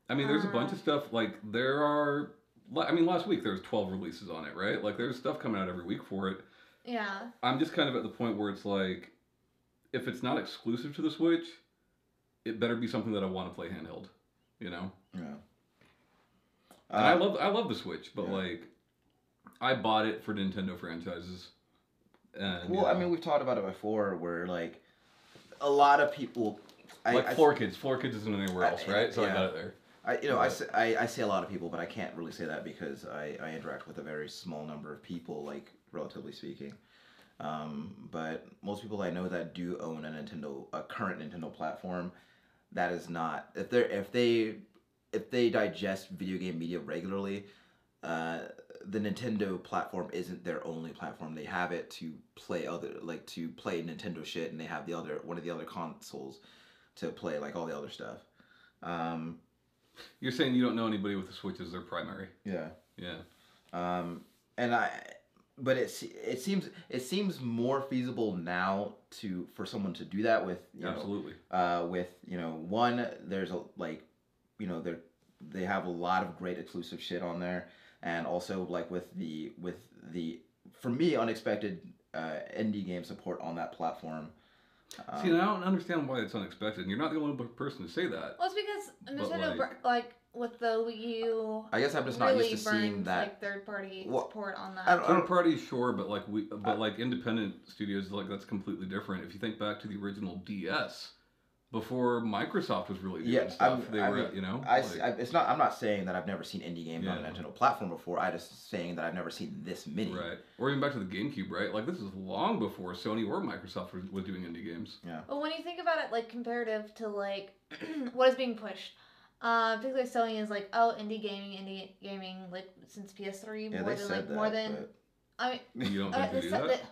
I mean, there's a bunch
Uh.
of stuff. Like, there are. li- I mean, last week there was 12 releases on it, right? Like, there's stuff coming out every week for it.
Yeah.
I'm just kind of at the point where it's like, if it's not exclusive to the Switch, it better be something that I want to play handheld, you know?
Yeah.
And I
Uh,
love I love the Switch, but
yeah.
like, I bought it for Nintendo franchises. And,
well, I
you know,
mean, we've talked about it before, where like a lot of people, I,
like
I-
Floor Kids. Floor Kids isn't anywhere
I-
else, right? So I
yeah.
got it there.
I, you know, I, say, I, I say a lot of people, but I can't really say that because I, I interact with a very small number of people, like relatively speaking. Um, but most people I know that do own a Nintendo, a current Nintendo platform, that is not if they are if they if they digest video game media regularly, uh, the Nintendo platform isn't their only platform. They have it to play other like to play Nintendo shit, and they have the other one of the other consoles to play like all the other stuff. Um,
You're saying you don't know anybody with the Switch as their primary.
yeah.
Yeah.
Um, and I, but it se- it seems it seems more feasible now to for someone to do that with you know,
Absolutely.
uh, with you know one there's a like you know they they have a lot of great exclusive shit on there and also like with the with the for me unexpected uh, indie game support on that platform. Um,
See, and I don't understand why it's unexpected. And you're not the only person to say that.
Well, it's because
But,
Nintendo,
like-
br- like, with the Wii U,
I guess I'm just not
really
used to seeing
burned
that.
like third party
Well,
support on that.
I don't-
Third party, sure, but like we, but like independent studios, like that's completely different. If you think back to the original DS, before Microsoft was really doing
Yeah,
stuff,
I'm-
they
I
were,
mean,
you know,
I,
like-
I it's not I'm not saying that I've never seen indie games on a
Yeah.
Nintendo platform before. I just saying that I've never seen this many.
right, or even back to the GameCube, right? Like this is long before Sony or Microsoft was, was doing indie games.
But when you think about it, like comparative to like what is being pushed, uh, particularly Sony is like, oh, indie gaming, indie gaming, like since PS3
Yeah,
more
they
than
said
like
that.
more than I mean,
You don't
uh,
think
they
they do
said
that?
that-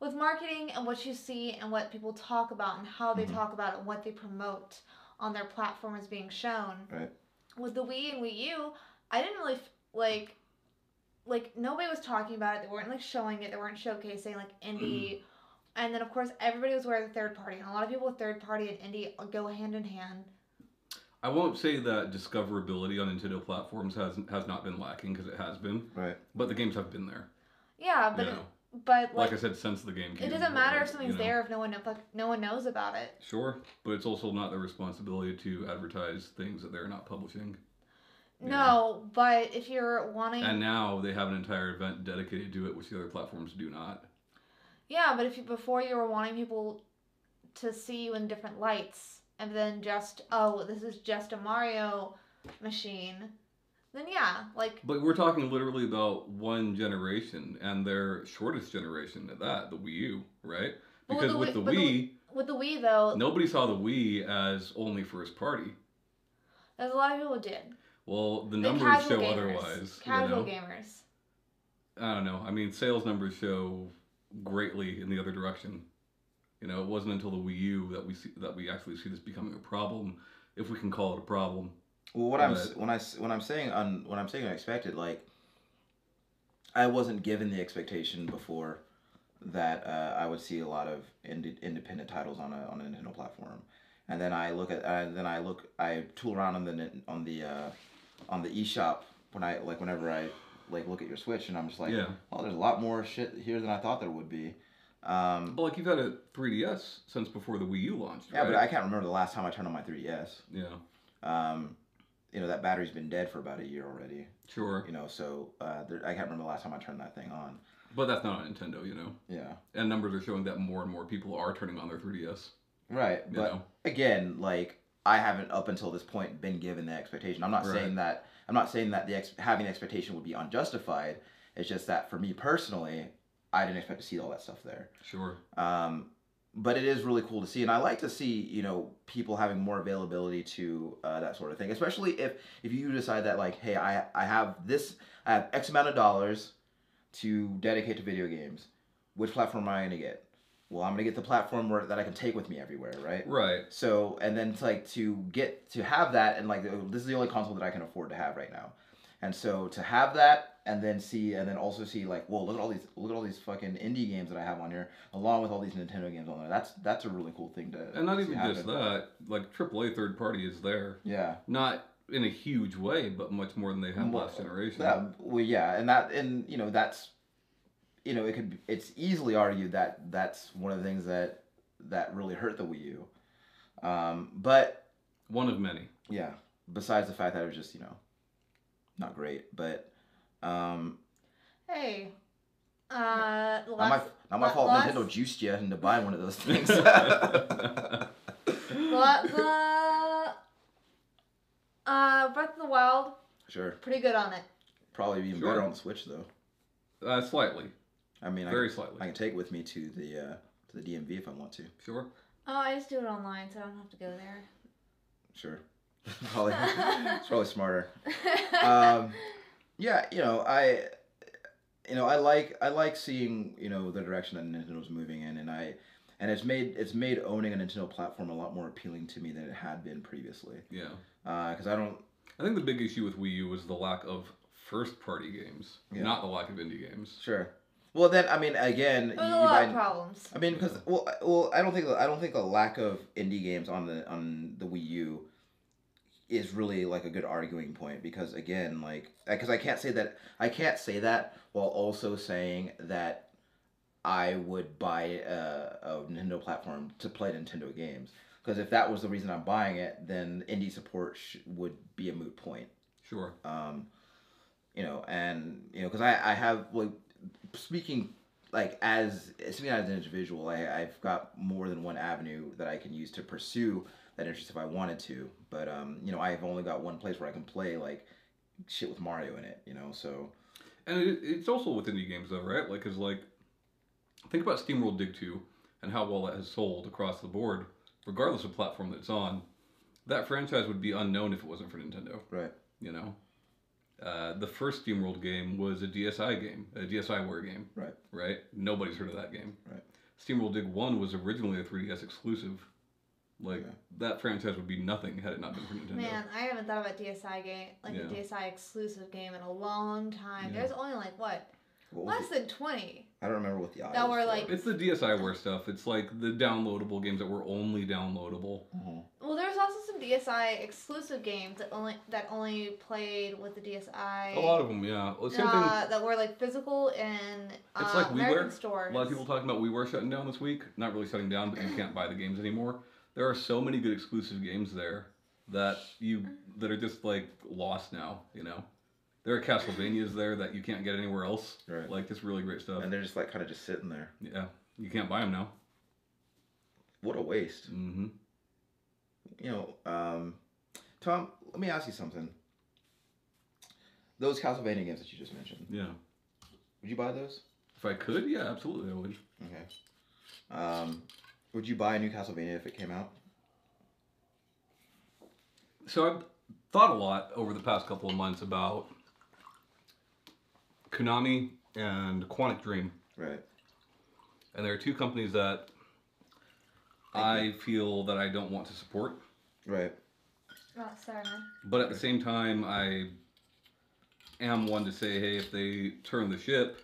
with marketing and what you see and what people talk about and how they
Mm-hmm.
Mhm.
talk about it and what they promote on their platform is being shown.
Right.
With the Wii and Wii U, I didn't really f- like like nobody was talking about it. They weren't like showing it. They weren't showcasing like
Mm-hmm.
indie. and then of course everybody was wearing third party, and a lot of people with third party and indie go hand in hand.
I won't say that discoverability on Nintendo platforms has has not been lacking because it has been,
but, right.
but the games have been there.
Yeah, but
you
it-
know?
but
like,
like,
I said, since the GameCube,
it
but,
doesn't matter
like,
if something's
you know.
there if no one kno- like no one knows about it.
Sure, but it's also not their responsibility to advertise things that they're not publishing. Yeah.
No, but if you're wanting
And now they have an entire event dedicated to it, which the other platforms do not.
Yeah, but if you, before you were wanting people to see you in different lights, and then just oh, this is just a Mario machine, then yeah, like
But we're talking literally about one generation and their shortest generation at that, the Wii U, right?
But with
Because
the
with
Wii-
the
but the
Wii,
with the Wii though,
nobody saw the Wii as only first party.
there's a lot of people who did.
Well, the
The
numbers
casual
show
gamers,
otherwise. you
Casual
know?
gamers.
I don't know. I mean, sales numbers show greatly in the other direction. You know, it wasn't until the Wii U that we see, that we actually see this becoming a problem, if we can call it a problem.
Well, what I'm
But-
when I s- when I'm saying on when I'm saying unexpected, like I wasn't given the expectation before that uh, I would see a lot of ind- independent titles on a on a Nintendo platform, and then I look at uh, then I look I tool around on the nin- on the uh, on the eShop when I like whenever I like look at your Switch and I'm just like,
yeah,
oh, there's a lot more shit here than I thought there would be. Um,
but like you've had a 3DS since before the Wii U launched.
Yeah, but
Oh, right?
I can't remember the last time I turned on my 3DS.
yeah,
Um, you know that battery's been dead for about a year already.
sure.
You know, so uh, there, I can't remember the last time I turned that thing on.
But that's not on Nintendo, you know.
Yeah,
And numbers are showing that more and more people are turning on their 3DS.
right.
You
But
know,
again, like I haven't up until this point been given the expectation. I'm not
Right.
saying that I'm not saying that the ex- having the expectation would be unjustified. It's just that for me personally, I didn't expect to see all that stuff there.
sure.
Um, but it is really cool to see, and I like to see you know people having more availability to uh, that sort of thing, especially if if you decide that like, hey, I I have this, I have X amount of dollars to dedicate to video games. Which platform am I gonna get? Well, I'm gonna get the platform where, that I can take with me everywhere, right?
Right.
So and then to, like to get to have that and like oh, this is the only console that I can afford to have right now. And so to have that and then see and then also see like, whoa, look at all these look at all these fucking indie games that I have on here, along with all these Nintendo games on there. That's that's a really cool thing to
And not
see
even
happen.
just that, like AAA third party is there,
Yeah.
not in a huge way, but much more than they had
Well,
last generation.
Yeah, well, yeah, and that, and you know, that's, you know, it could, be- it's easily argued that that's one of the things that that really hurt the Wii U. Um, but
One of many.
yeah, besides the fact that it was just you know, not great, but um,
Hey. Uh, the
not my
last,
not my
la-
fault.
last-
Nintendo juiced you into buying one of those things.
the, the, uh, Breath of the Wild,
sure,
pretty good on it.
probably even
Sure.
better on the Switch though.
uh, slightly,
I mean, I,
very slightly.
I can take it with me to the uh, to the DMV if I want to.
Sure.
Oh, I just do it online, so I don't have to go there.
Sure, probably it's probably smarter.
Uh,
um, yeah, you know, I, you know, I like I like seeing you know the direction that Nintendo's moving in, and I, and it's made it's made owning a Nintendo platform a lot more appealing to me than it had been previously.
Yeah.
Because I don't,
I think the big issue with Wii U was the lack of first party games,
Yeah.
not the lack of indie games.
sure. Well, then I mean, again, you, you
There's a lot
buy-
of problems.
I mean, because
Yeah.
well, I- well, I don't think I don't think the lack of indie games on the on the Wii U is really like a good arguing point because again, like, because I can't say that I can't say that while also saying that I would buy a, a Nintendo platform to play Nintendo games because if that was the reason I'm buying it, then indie support sh- would be a moot point
Sure.
um, you know, and you know, because I I have like speaking like as speaking as an individual, I I've got more than one avenue that I can use to pursue that interest if I wanted to, but um, you know, I've only got one place where I can play like shit with Mario in it, you know, so
And it, it's also with indie games, though, right? Like, because, like, think about SteamWorld Dig 2 and how well it has sold across the board, regardless of platform that it's on. That franchise would be unknown if it wasn't for Nintendo,
right,
you know? Uh, the first SteamWorld game was a DSI game, a DSiWare game,
right,
right? Nobody's heard of that game.
Right.
SteamWorld Dig 1 was originally a 3DS exclusive. Like,
Yeah.
that franchise would be nothing had it not been for Nintendo.
Man, I haven't thought about DSI game like
Yeah.
a DSI exclusive game in a long time.
Yeah.
There's only like what
what was
less
it?
than twenty.
I don't remember what the odds
That were,
were
like-
It's the DSiWare stuff. It's like the downloadable games that were only downloadable.
Uh-huh.
Well, there's also some DSI exclusive games that only that only played with the DSI.
A lot of them, yeah. Well, Same thing.
uh, that were like physical in uh,
It's like
American
WiiWare.
stores.
A lot of people talking about we were shutting down this week. Not really shutting down, but you can't buy the games anymore. There are so many good exclusive games there that you that are just like lost now. You know, there are Castlevanias there that you can't get anywhere else.
Right.
Like just really great stuff.
and they're just like kind of just sitting there.
yeah, you can't buy them now.
What a waste.
hmm
you know, um, Tom, let me ask you something. Those Castlevania games that you just mentioned,
Yeah.
would you buy those?
If I could, yeah, absolutely, I would.
Okay. Um, would you buy a new Castlevania if it came out?
So I've thought a lot over the past couple of months about Konami and Quantic Dream.
Right.
And there are two companies that I feel that I don't want to support.
Right.
Oh, sorry, man.
But at the same time, I am one to say, hey, if they turn the ship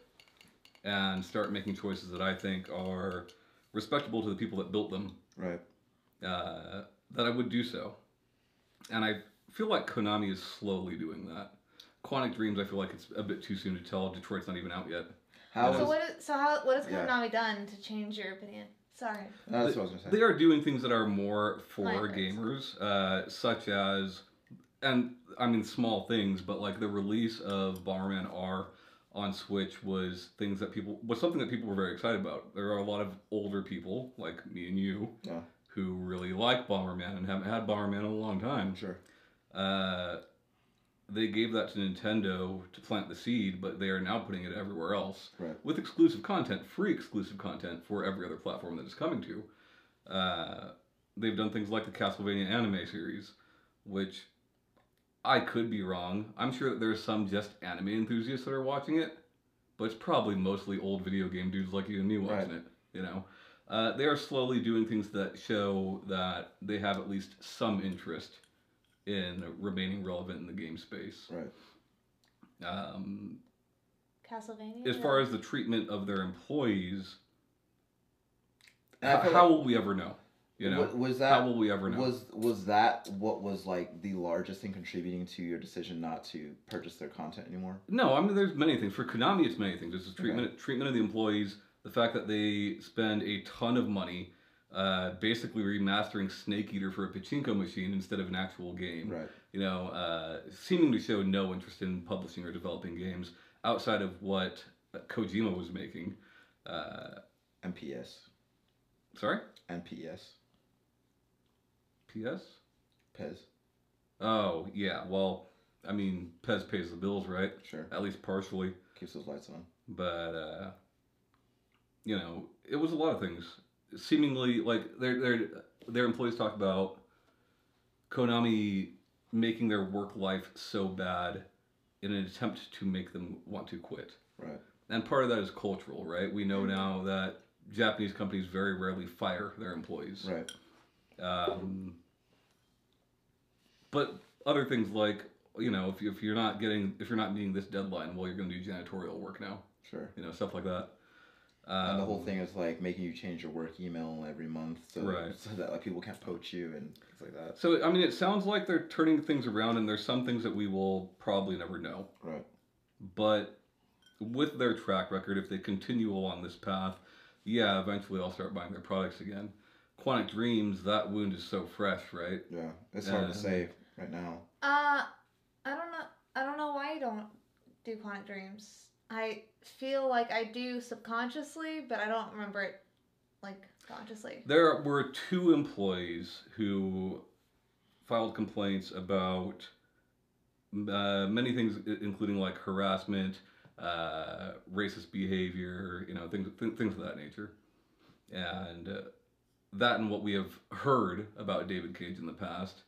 and start making choices that I think are respectable to the people that built them,
Right.
uh, that I would do so. And I feel like Konami is slowly doing that. Quantic Dreams, I feel like it's a bit too soon to tell. Detroit's not even out yet.
How
So
So
was,
what is so how what has
Yeah.
Konami done to change your opinion? Sorry.
no, that's what I was gonna
They
say.
are doing things that are more for
Like-
gamers, uh, such as, and I mean small things, but like the release of Bomberman R on Switch was things that people was something that people were very excited about. There are a lot of older people like me and you
Yeah.
who really like Bomberman and haven't had Bomberman in a long time.
Sure.
Uh, they gave that to Nintendo to plant the seed, but they are now putting it everywhere else
Right.
with exclusive content, free exclusive content for every other platform that it's coming to. Uh, they've done things like the Castlevania anime series, which I could be wrong. I'm sure that there's some just anime enthusiasts that are watching it, but it's probably mostly old video game dudes like you and me watching
Right.
it. You know, uh, they are slowly doing things that show that they have at least some interest in remaining relevant in the game space.
Right.
um,
Castlevania.
as far as the treatment of their employees,
And I
how,
feel
how
like-
will we ever know? You know,
wa- was
how
that
will we ever know?
was was that what was like the largest thing contributing to your decision not to purchase their content anymore?
No, I mean there's many things. For Konami, it's many things. There's the treatment treatment of the employees, the fact that they spend a ton of money, uh, basically remastering Snake Eater for a pachinko machine instead of an actual game.
Right.
You know, uh, seemingly show no interest in publishing or developing games outside of what Kojima was making. Uh,
MPS.
sorry,
MPS.
PS.
Pez.
Oh yeah, well, I mean, Pez pays the bills, right?
Sure.
At least partially.
Keeps those lights on.
but uh, you know, it was a lot of things. Seemingly, like their their their employees talk about Konami making their work life so bad in an attempt to make them want to quit.
Right.
And part of that is cultural, right? We
Mm-hmm.
know now that Japanese companies very rarely fire their employees.
Right.
Um, but other things like you know, if, you, if you're not getting if you're not meeting this deadline, well, you're going to do janitorial work now
Sure.
you know, stuff like that. Um,
And the whole thing is like making you change your work email every month, so
Right.
so that like people can't poach you and things like that.
So I mean, it sounds like they're turning things around, and there's some things that we will probably never know.
Right.
But with their track record, if they continue along this path, yeah, eventually I'll start buying their products again. Quantic Dreams, that wound is so fresh, right?
Yeah. It's hard
Uh,
to say right now.
Uh, I don't know. I don't know why I don't do quantum dreams. I feel like I do subconsciously, but I don't remember it like consciously.
There were two employees who filed complaints about uh, many things, i- including like harassment, uh, racist behavior, you know, things th- things of that nature, and uh, that and what we have heard about David Cage in the past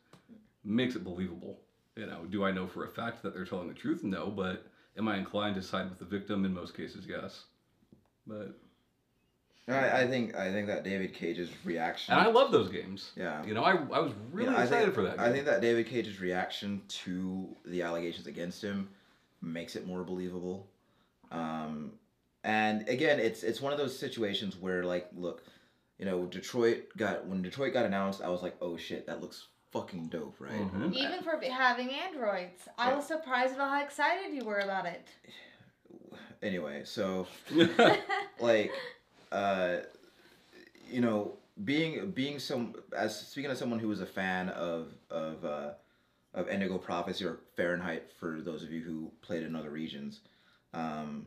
makes it believable. You know, do I know for a fact that they're telling the truth? No, but am I inclined to side with the victim? In most cases, yes. But
No, I, I think I think that David Cage's reaction.
and I love those games.
yeah.
You know, I, I was really
Yeah, I
excited
think-
for that.
I
game.
think that David Cage's reaction to the allegations against him makes it more believable. Um, and again, it's it's one of those situations where like, look, you know, Detroit got when Detroit got announced, I was like, oh shit, that looks fucking dope, right?
Mhm.
Even for having androids, I was surprised about how excited you were about it.
Anyway, so like uh you know being being some as speaking as someone who was a fan of of uh of Indigo Prophecy or Fahrenheit for those of you who played in other regions um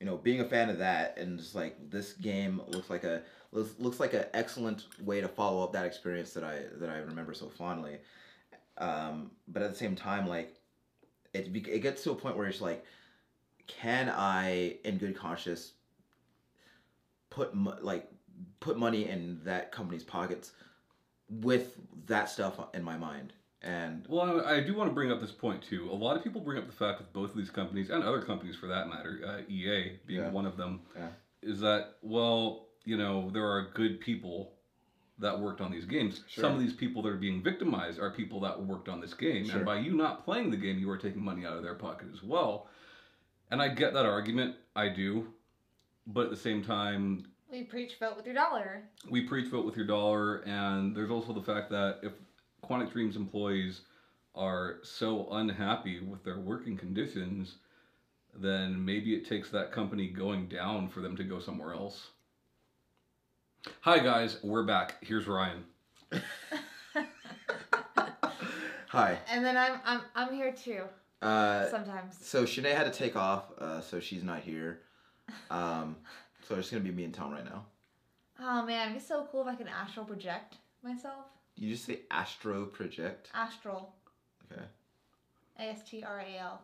you know being a fan of that and just like this game looks like a looks, looks like an excellent way to follow up that experience that I that I remember so fondly um but at the same time like it be- it gets to a point where it's like can I, in good conscience, put mo- like put money in that company's pockets with that stuff in my mind? And
Well, I I do want to bring up this point too. A lot of people bring up the fact with both of these companies and other companies for that matter, uh, EA being
Yeah.
one of them,
Yeah.
is that well, you know, there are good people that worked on these games.
Sure.
Some of these people that are being victimized are people that worked on this game,
Sure.
and by you not playing the game, you are taking money out of their pocket as well. And I get that argument, I do, but at the same time,
We preach vote with your dollar.
we preach vote with your dollar, and there's also the fact that if Quantic Dreams employees are so unhappy with their working conditions, then maybe it takes that company going down for them to go somewhere else. Hi guys, we're back. Here's Ryan.
hi,
And then I'm I'm I'm here too
uh,
sometimes.
so Shanae had to take off, uh, so she's not here. Um, so it's gonna be me and Tom right now.
Oh man, it'd be so cool if I could astral project myself.
You just say astro project,
Astral,
okay?
A S T R A L.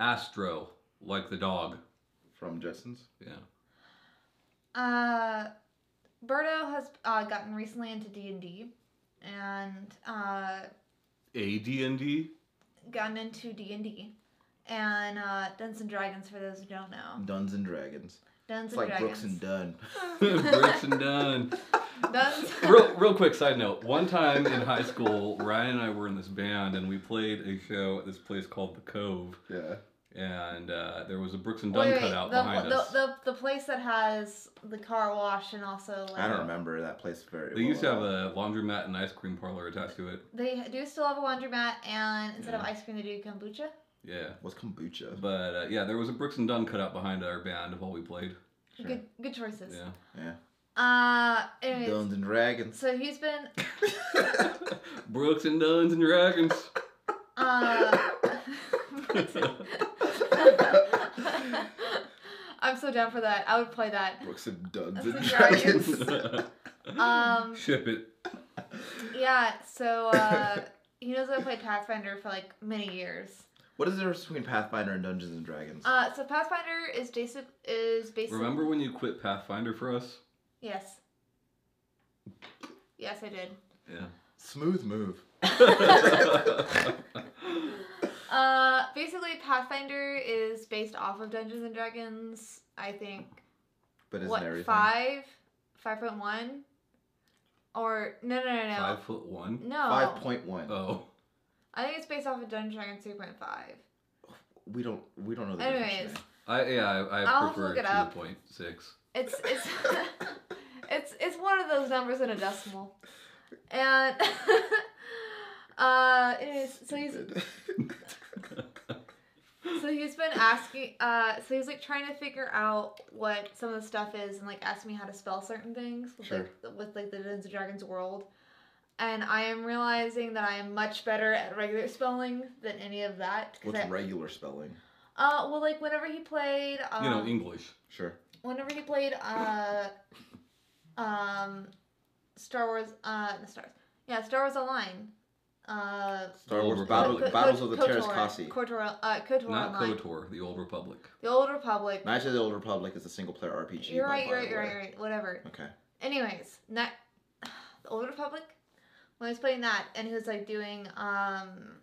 Astro, like the dog.
From Jetsons.
Yeah.
Uh, Berto has uh, gotten recently into D and D, and uh,
AD&D?
gotten into D and D, and uh, Dungeons and Dragons. For those who don't know,
Duns and Dragons. It's
Dungeons and
like
Dragons.
Brooks and Dunn.
Bricks and done.
Duns-
real, real quick side note. One time in high school, Ryan and I were in this band, and we played a show at this place called The Cove.
Yeah.
and uh, there was a Brooks and Dunn
Wait, wait,
cutout
the,
behind
the,
us.
the, the place that has the car wash and also like
I don't remember that place very.
they used to have
well.
a laundromat and ice cream parlor attached to it.
they do still have a laundromat and instead of
Yeah.
ice cream they do kombucha.
Yeah.
What's kombucha?
But uh, yeah, there was a Brooks and Dunn cutout behind our band of all we played.
Sure.
Good good choices.
Yeah.
Uh anyways,
Dungeons and Dragons.
so he's been
Brooks and Dunn's and Dragons.
uh I'm so down for that. I would play that.
Brooks and Duns
Dungeons
and
and Dragons.
Dragons.
Um
Ship it.
yeah, so uh he knows I played Pathfinder for like many years.
what is the difference between Pathfinder and Dungeons and Dragons?
Uh so Pathfinder is basic is basically
Remember when you quit Pathfinder for us?
Yes. Yes, I did.
Yeah.
Smooth move.
Uh, basically, Pathfinder is based off of Dungeons and Dragons. I think
But isn't
what
everything?
five, five point one, or no, no, no, no,
Five foot one.
no.
Five point one.
Oh.
I think it's based off of Dungeons and Dragons three point five.
we don't. We don't know the
Anyways.
difference. man.
I yeah I,
I'll
I
have to
prefer
look it up.
two point six.
It's it's it's it's one of those numbers in a decimal, and uh, anyways, so he's So he's been asking, uh, so he's like trying to figure out what some of the stuff is and like asking me how to spell certain things with,
Sure.
like, with like the Dungeons and Dragons world. And I am realizing that I am much better at regular spelling than any of that. 'cause
What's
I-
regular spelling?
Uh, well, like whenever he played, um,
you know English.
Sure.
whenever he played, uh, um, Star Wars, uh, no, Star Wars, yeah, Star Wars Online, uh,
Star
Old
Wars
Republic.
Battle,
Co- Co-
Oh, Battles of the
KOTOR,
Terras Kasi.
KOTOR, uh, KOTOR
Not
Online,
KOTOR, the Old Republic.
the Old Republic,
Knights of the Old Republic is a single player RPG.
You're
by
right, you're right,
Bioware.
you're right, you're right. Whatever.
Okay.
Anyways, not the Old Republic. When I was playing that, and he was like doing um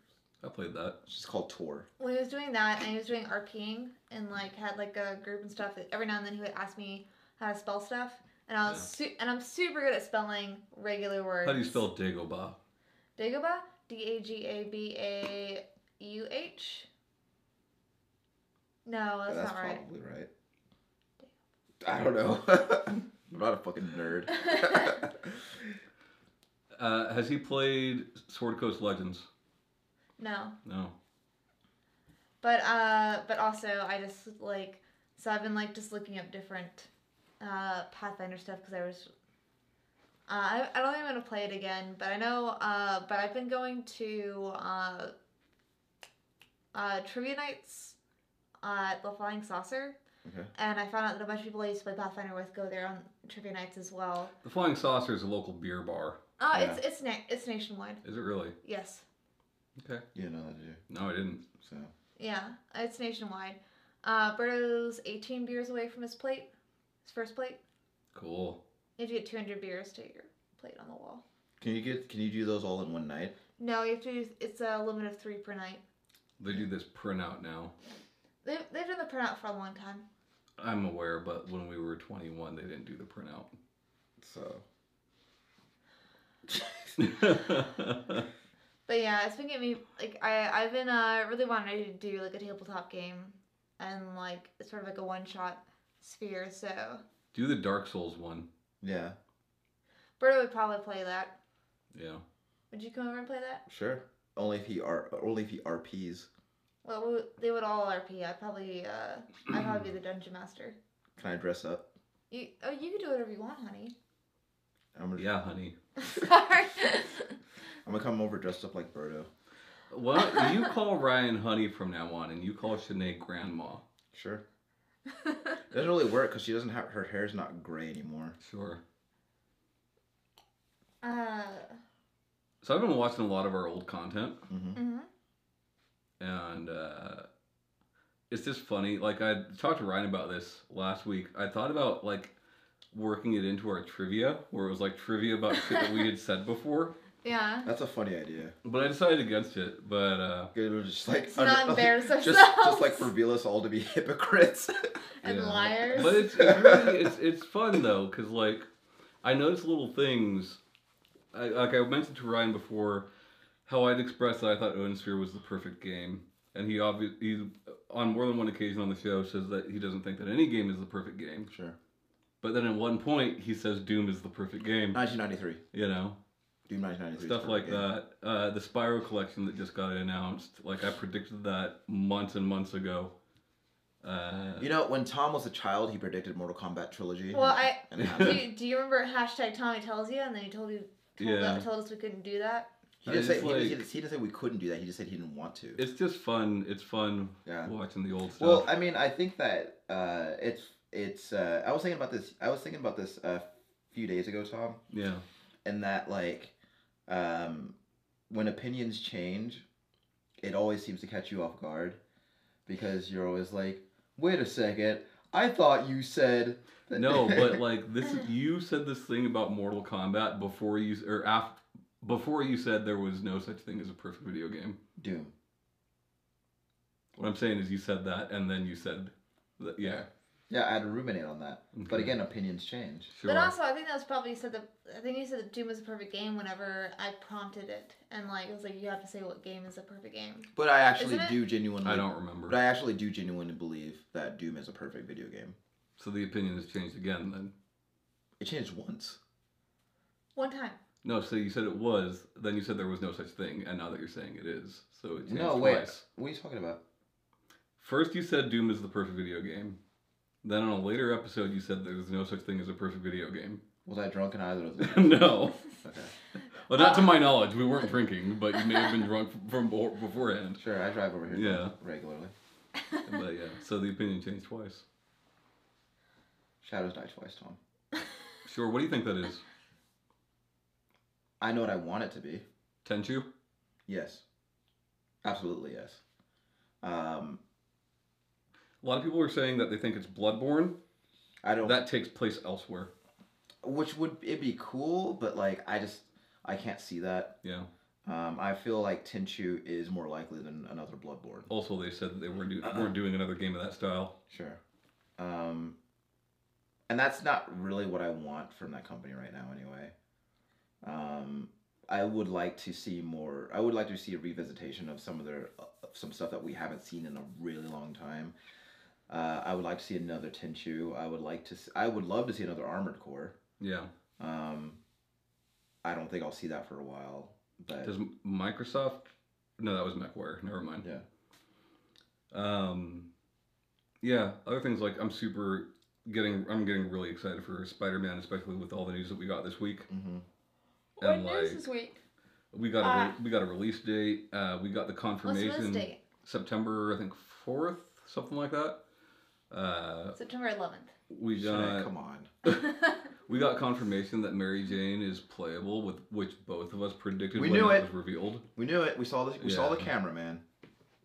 I played that.
It's just called Tor.
when he was doing that, and he was doing RPing, and like had like a group and stuff. Every now and then he would ask me how to spell stuff, and I was su- and I'm super good at spelling regular words.
How do you spell Dagobah?
Dagobah? D A G A B A U H. No, that's, not right.
probably right. I don't know. I'm not a fucking nerd.
Uh, has he played Sword Coast Legends?
No.
No.
But uh but also I just like so I've been like just looking up different uh Pathfinder stuff because I was uh, I, I don't think I'm gonna play it again, but I know uh but I've been going to uh uh trivia nights uh, at the Flying Saucer.
Okay.
And I found out that a bunch of people I used to play Pathfinder with go there on trivia nights as well.
The Flying Saucer is a local beer bar.
Oh, it's it's na- it's nationwide.
Is it really?
Yes.
Okay.
you know that, dude.
No, I didn't.
So
Yeah, it's nationwide. Uh, Berto's 18 beers away from his plate, his first plate.
Cool.
You have to get 200 beers to your plate on the wall.
can you get can you do those all in one night?
No, you have to do, it's a limit of three per night.
They do this printout now.
They've, they've done the printout for a long time.
I'm aware, but when we were 21, they didn't do the printout.
So
But yeah, it's been getting me, like, I, I've been, uh, really wanting to do, like, a tabletop game. And, like, it's sort of like a one-shot sphere, so.
do the Dark Souls one.
yeah,
Berto would probably play that.
Yeah.
Would you come over and play that?
sure. Only if he r only if he RPs.
Well, we, they would all RP. I'd probably, uh, I'd probably be the dungeon master.
Can I dress up?
You oh you can do whatever you want, honey.
I'm gonna
Yeah, honey.
Sorry.
I'm gonna come over dressed up like Birdo.
Well, you call Ryan honey from now on, and you call Shanae grandma.
Sure. It doesn't really work because she doesn't have her hair's not gray anymore.
Sure.
uh,
So I've been watching a lot of our old content,
hmm
hmm
and uh, it's just funny. Like I talked to Ryan about this last week. I thought about like working it into our trivia, where it was like trivia about shit that we had said before,
Yeah.
That's a funny idea.
but I decided against it. But uh,
It was just like
Let's not embarrass
just
ourselves.
just like reveal us all to be hypocrites.
And
Yeah.
liars.
but it's, it's really it's it's fun though because like i notice little things I, like i mentioned to ryan before how i'd expressed that i thought owen sphere was the perfect game and he obviously he on more than one occasion on the show says that he doesn't think that any game is the perfect game.
Sure.
But then at one point he says Doom is the perfect game.
1993.
You know,
Doom 1993. 's
stuff
perfect
like
game.
that. Uh, the Spyro collection that just got announced. Like I predicted that months and months ago. Uh,
You know, when Tom was a child, he predicted Mortal Kombat trilogy.
Well, I
And it
do.
happened.
You, do you remember hashtag Tommy tells you, and then he told you told,
Yeah.
us, told us we couldn't do that.
he, didn't
It's
say, he, didn't- he
like-
didn't, he didn't say we couldn't do that. He just said he didn't want to.
it's just fun. It's fun
Yeah.
watching the old stuff.
Well, I mean, I think that uh, it's it's. Uh, I was thinking about this. I was thinking about this a few days ago, Tom,
yeah.
and that like, um, when opinions change, it always seems to catch you off guard, because you're always like, wait a second, I thought you said. that-"
No, but like this, is- you said this thing about Mortal Kombat before you or after before you said there was no such thing as a perfect video game.
Doom.
What I'm saying is you said that, and then you said, that, yeah.
Yeah, I had to ruminate on that. But
Okay.
again, opinions change.
sure.
But also, I think that's probably said the. I think you said that Doom is a perfect game whenever I prompted it, and like it was like you have to say what game is a perfect game.
But I actually
Isn't it-
do genuinely.
I don't remember.
But I actually do genuinely believe that Doom is a perfect video game.
so the opinion has changed again. Then
It changed once.
One time.
no, so you said it was. Then you said there was no such thing, and now that you're saying it is, so it changed
no, wait.
twice.
What are you talking about?
First, you said Doom is the perfect video game. Then on a later episode, you said there's no such thing as a perfect video game.
Was I drunk in either of those?
no.
Okay.
Well, not to
Ah.
my knowledge. We weren't drinking, but you may have been drunk from before- beforehand.
Sure, I drive over here
Yeah.
regularly.
But yeah, so the opinion changed twice.
Shadows die twice, Tom.
Sure, what do you think that is?
I know what I want it to be.
Tenchu?
Yes. Absolutely yes. Um,
A lot of people are saying that they think it's Bloodborne.
I don't.
That takes place elsewhere.
which would it be cool, but like I just I can't see that.
Yeah.
Um, I feel like Tenchu is more likely than another Bloodborne.
Also, they said that they were do-
Uh-uh.
weren't doing another game of that style.
Sure. Um, and that's not really what I want from that company right now, anyway. Um, I would like to see more. I would like to see a revisitation of some of their of some stuff that we haven't seen in a really long time. Uh, I would like to see another Tenchu. I would like to. s- I would love to see another Armored Core.
Yeah.
Um, I don't think I'll see that for a while, but
Does Microsoft? No, that was MechWarrior. Never mind.
yeah,
Um, yeah. Other things like I'm super getting. I'm getting really excited for Spider-Man, especially with all the news that we got this week.
hmm
And, like,
week?
We got a re-
Ah.
we got a release date. Uh, we got the
What's
confirmation.
this date?
September, I think fourth, something like that. Uh,
September 11th.
we
Shanae,
got
come on.
we got confirmation that Mary Jane is playable, with which both of us predicted
We
when
knew
that
it.
was revealed.
We knew it. We saw the we saw the
Yeah.
camera, man.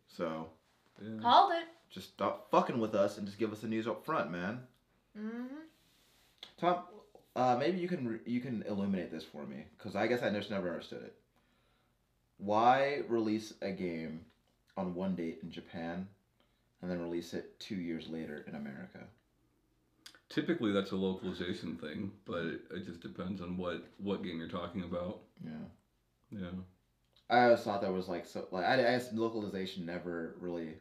So
Yeah.
Called it.
just stop fucking with us and just give us the news up front, man.
Mm-hmm.
Tom, uh, maybe you can re- you can illuminate this for me because I guess I just never understood it. Why release a game on one date in Japan and then release it two years later in America?
Typically, that's a localization thing, but it, it just depends on what what game you're talking about.
Yeah,
Yeah,
I always thought that was like so like I, I guess localization never really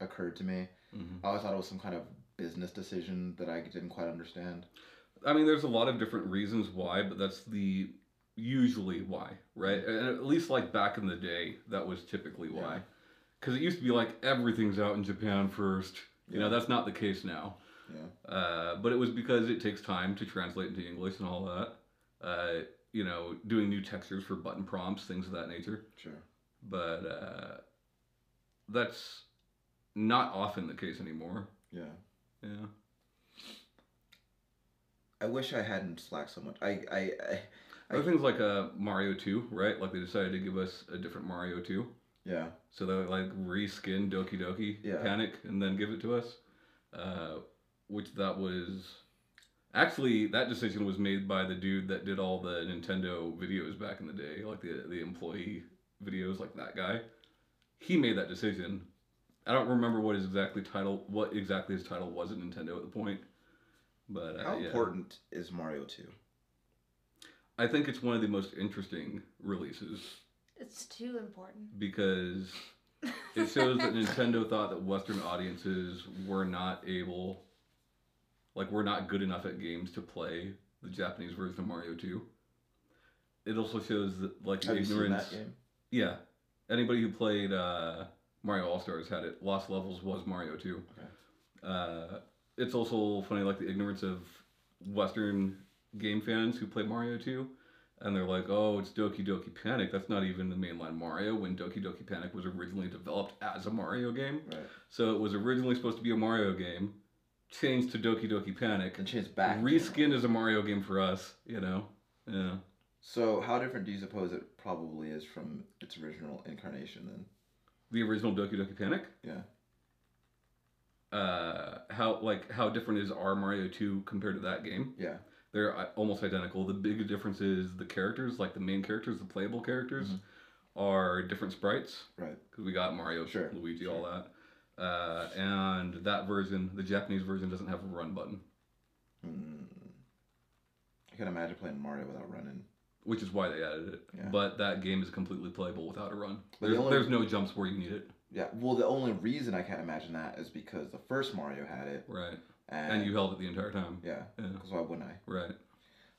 occurred to me.
hmm
I always thought it was some kind of business decision that I didn't quite understand.
I mean, there's a lot of different reasons why, but that's the usually why, right? And at least like back in the day, that was typically why,
Yeah.
because it used to be like everything's out in Japan first. You know,
Yeah.
that's not the case now.
Yeah.
Uh, but it was because it takes time to translate into English and all that. Uh, you know, doing new textures for button prompts, things of that nature.
Sure.
But uh, that's not often the case anymore.
Yeah.
Yeah.
I wish I hadn't slacked so much. I I, I
Other things like uh, Mario 2, right? Like they decided to give us a different Mario 2.
yeah.
So they like reskin Doki Doki
Yeah.
Panic and then give it to us. Uh, which that was actually that decision was made by the dude that did all the Nintendo videos back in the day, like the the employee videos, like that guy. He made that decision. I don't remember what his exactly title, what exactly his title was at Nintendo at the point, but uh,
How
yeah.
important is Mario Two?
I think it's one of the most interesting releases
It's too important.
because It shows that Nintendo thought that Western audiences were not able, like, were not good enough at games to play the Japanese version of Mario 2. It also shows that, like,
Have you seen
ignorance.
that game?
Yeah. Anybody who played uh, Mario All Stars had it. Lost Levels was Mario 2.
Okay.
Uh, it's also funny, like the ignorance of Western game fans who play Mario 2. And they're like, oh, it's Doki Doki Panic. That's not even the mainline Mario when Doki Doki Panic was originally developed as a Mario game.
Right.
So it was originally supposed to be a Mario game, changed to Doki Doki Panic,
And change back.
reskinned as a Mario game for us, you know? Yeah.
So how different do you suppose it probably is from its original incarnation then?
The original Doki Doki Panic?
Yeah.
uh how like how different is our Mario 2 compared to that game?
Yeah.
They're uh, almost identical. The big difference is the characters, like the main characters, the playable characters,
Mhm.
are different sprites
Right.
because we got Mario,
Sure,
Luigi,
sure.
all that. Uh, and that version, the Japanese version, doesn't have a run button,
Mm. I can imagine playing Mario without running.
which is why they added it.
Yeah.
But that game is completely playable without a run.
But the
There's,
only-
there's no jumps where you need it,
Yeah. Well, the only reason I can't imagine that is because the first Mario had it,
right?
and,
And you held it the entire time,
yeah.
yeah,
Because why wouldn't I?
right?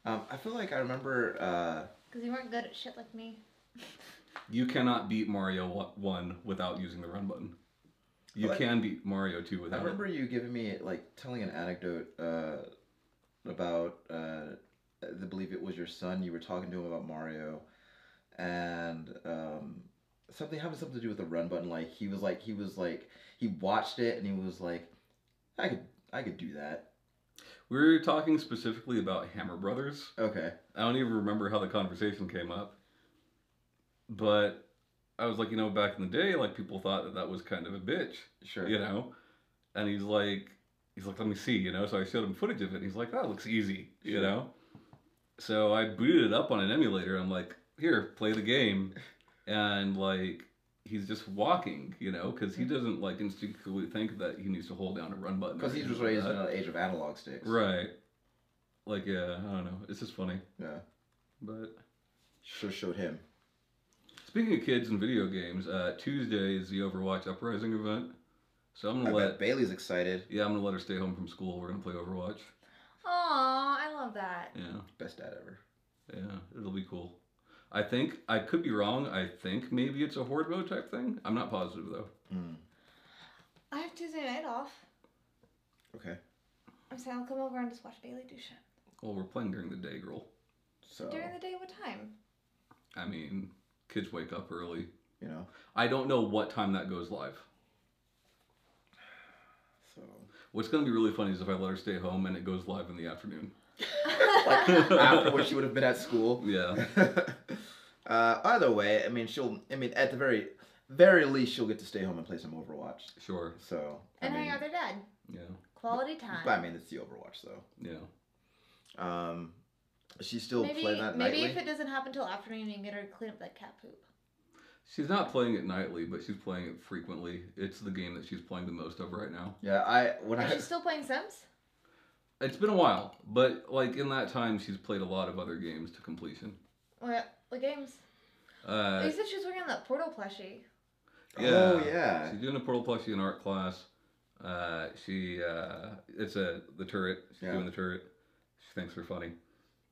Um, I feel like I remember. Uh,
Because you weren't good at shit like me.
You cannot beat Mario wa- 1 without using the run button. You
But-
can beat Mario 2
I
without
remember you giving me like telling an anecdote uh, about uh, I believe it was your son. You were talking to him about Mario, and um, something having something to do with the run button. Like he was like he was like he watched it and he was like, I could I could do that.
it. We were talking specifically about Hammer Brothers.
Okay.
I don't even remember how the conversation came up. But I was like, you know, back in the day, like people thought that that was kind of a bitch,
Sure.
you know? And he's like, he's like, let me see, you know? So I showed him footage of it. And he's like, that looks easy, you
Sure.
know? So I booted it up on an emulator. I'm like, here, play the game. And like, he's just walking, you know, because
Hmm.
he doesn't like instinctively think that he needs to hold down a run button. or
Because he was
anything like
raised
that.
in an age of analog sticks.
Right. Like, yeah, I don't know. It's just funny.
Yeah.
But
Sure showed him.
speaking of kids and video games, uh, Tuesday is the Overwatch Uprising event. So I'm
I
gonna
bet
let
Bailey's excited.
yeah, I'm gonna let her stay home from school. We're gonna play Overwatch.
Aw, I love that.
Yeah,
Best dad ever.
yeah, it'll be cool. I think I could be wrong. I think maybe it's a horde mode type thing. I'm not positive though.
Mm.
I have Tuesday night off.
Okay.
I'm saying I'll come over and just watch Bailey do shit.
Well, we're playing during the day, girl.
So
During the day, what time?
I mean, kids wake up early.
you know.
I don't know what time that goes live.
So
What's gonna be really funny is if I let her stay home and it goes live in the afternoon.
like after what she would have been at school.
Yeah.
uh, either way, I mean, she'll. I mean, at the very, very least, she'll get to stay home and play some Overwatch.
Sure.
So.
and
I mean,
hang out with her dad.
Yeah.
Quality time.
but I mean, it's the Overwatch though.
Yeah.
Um, she still
maybe
play that
maybe
nightly.
if it doesn't happen till afternoon, you can get her to clean up that cat poop.
She's not playing it nightly, but she's playing it frequently. It's the game that she's playing the most of right now.
yeah, I when
Is
I
she still playing Sims?
It's been a while, but like in that time, she's played a lot of other games to completion.
What, what games?
Uh,
you said she was working on that portal plushie.
oh
Yeah.
yeah,
she's doing a portal plushie in art class. Uh, she uh, it's a the turret. She's
Yeah.
doing the turret. She thinks we're funny,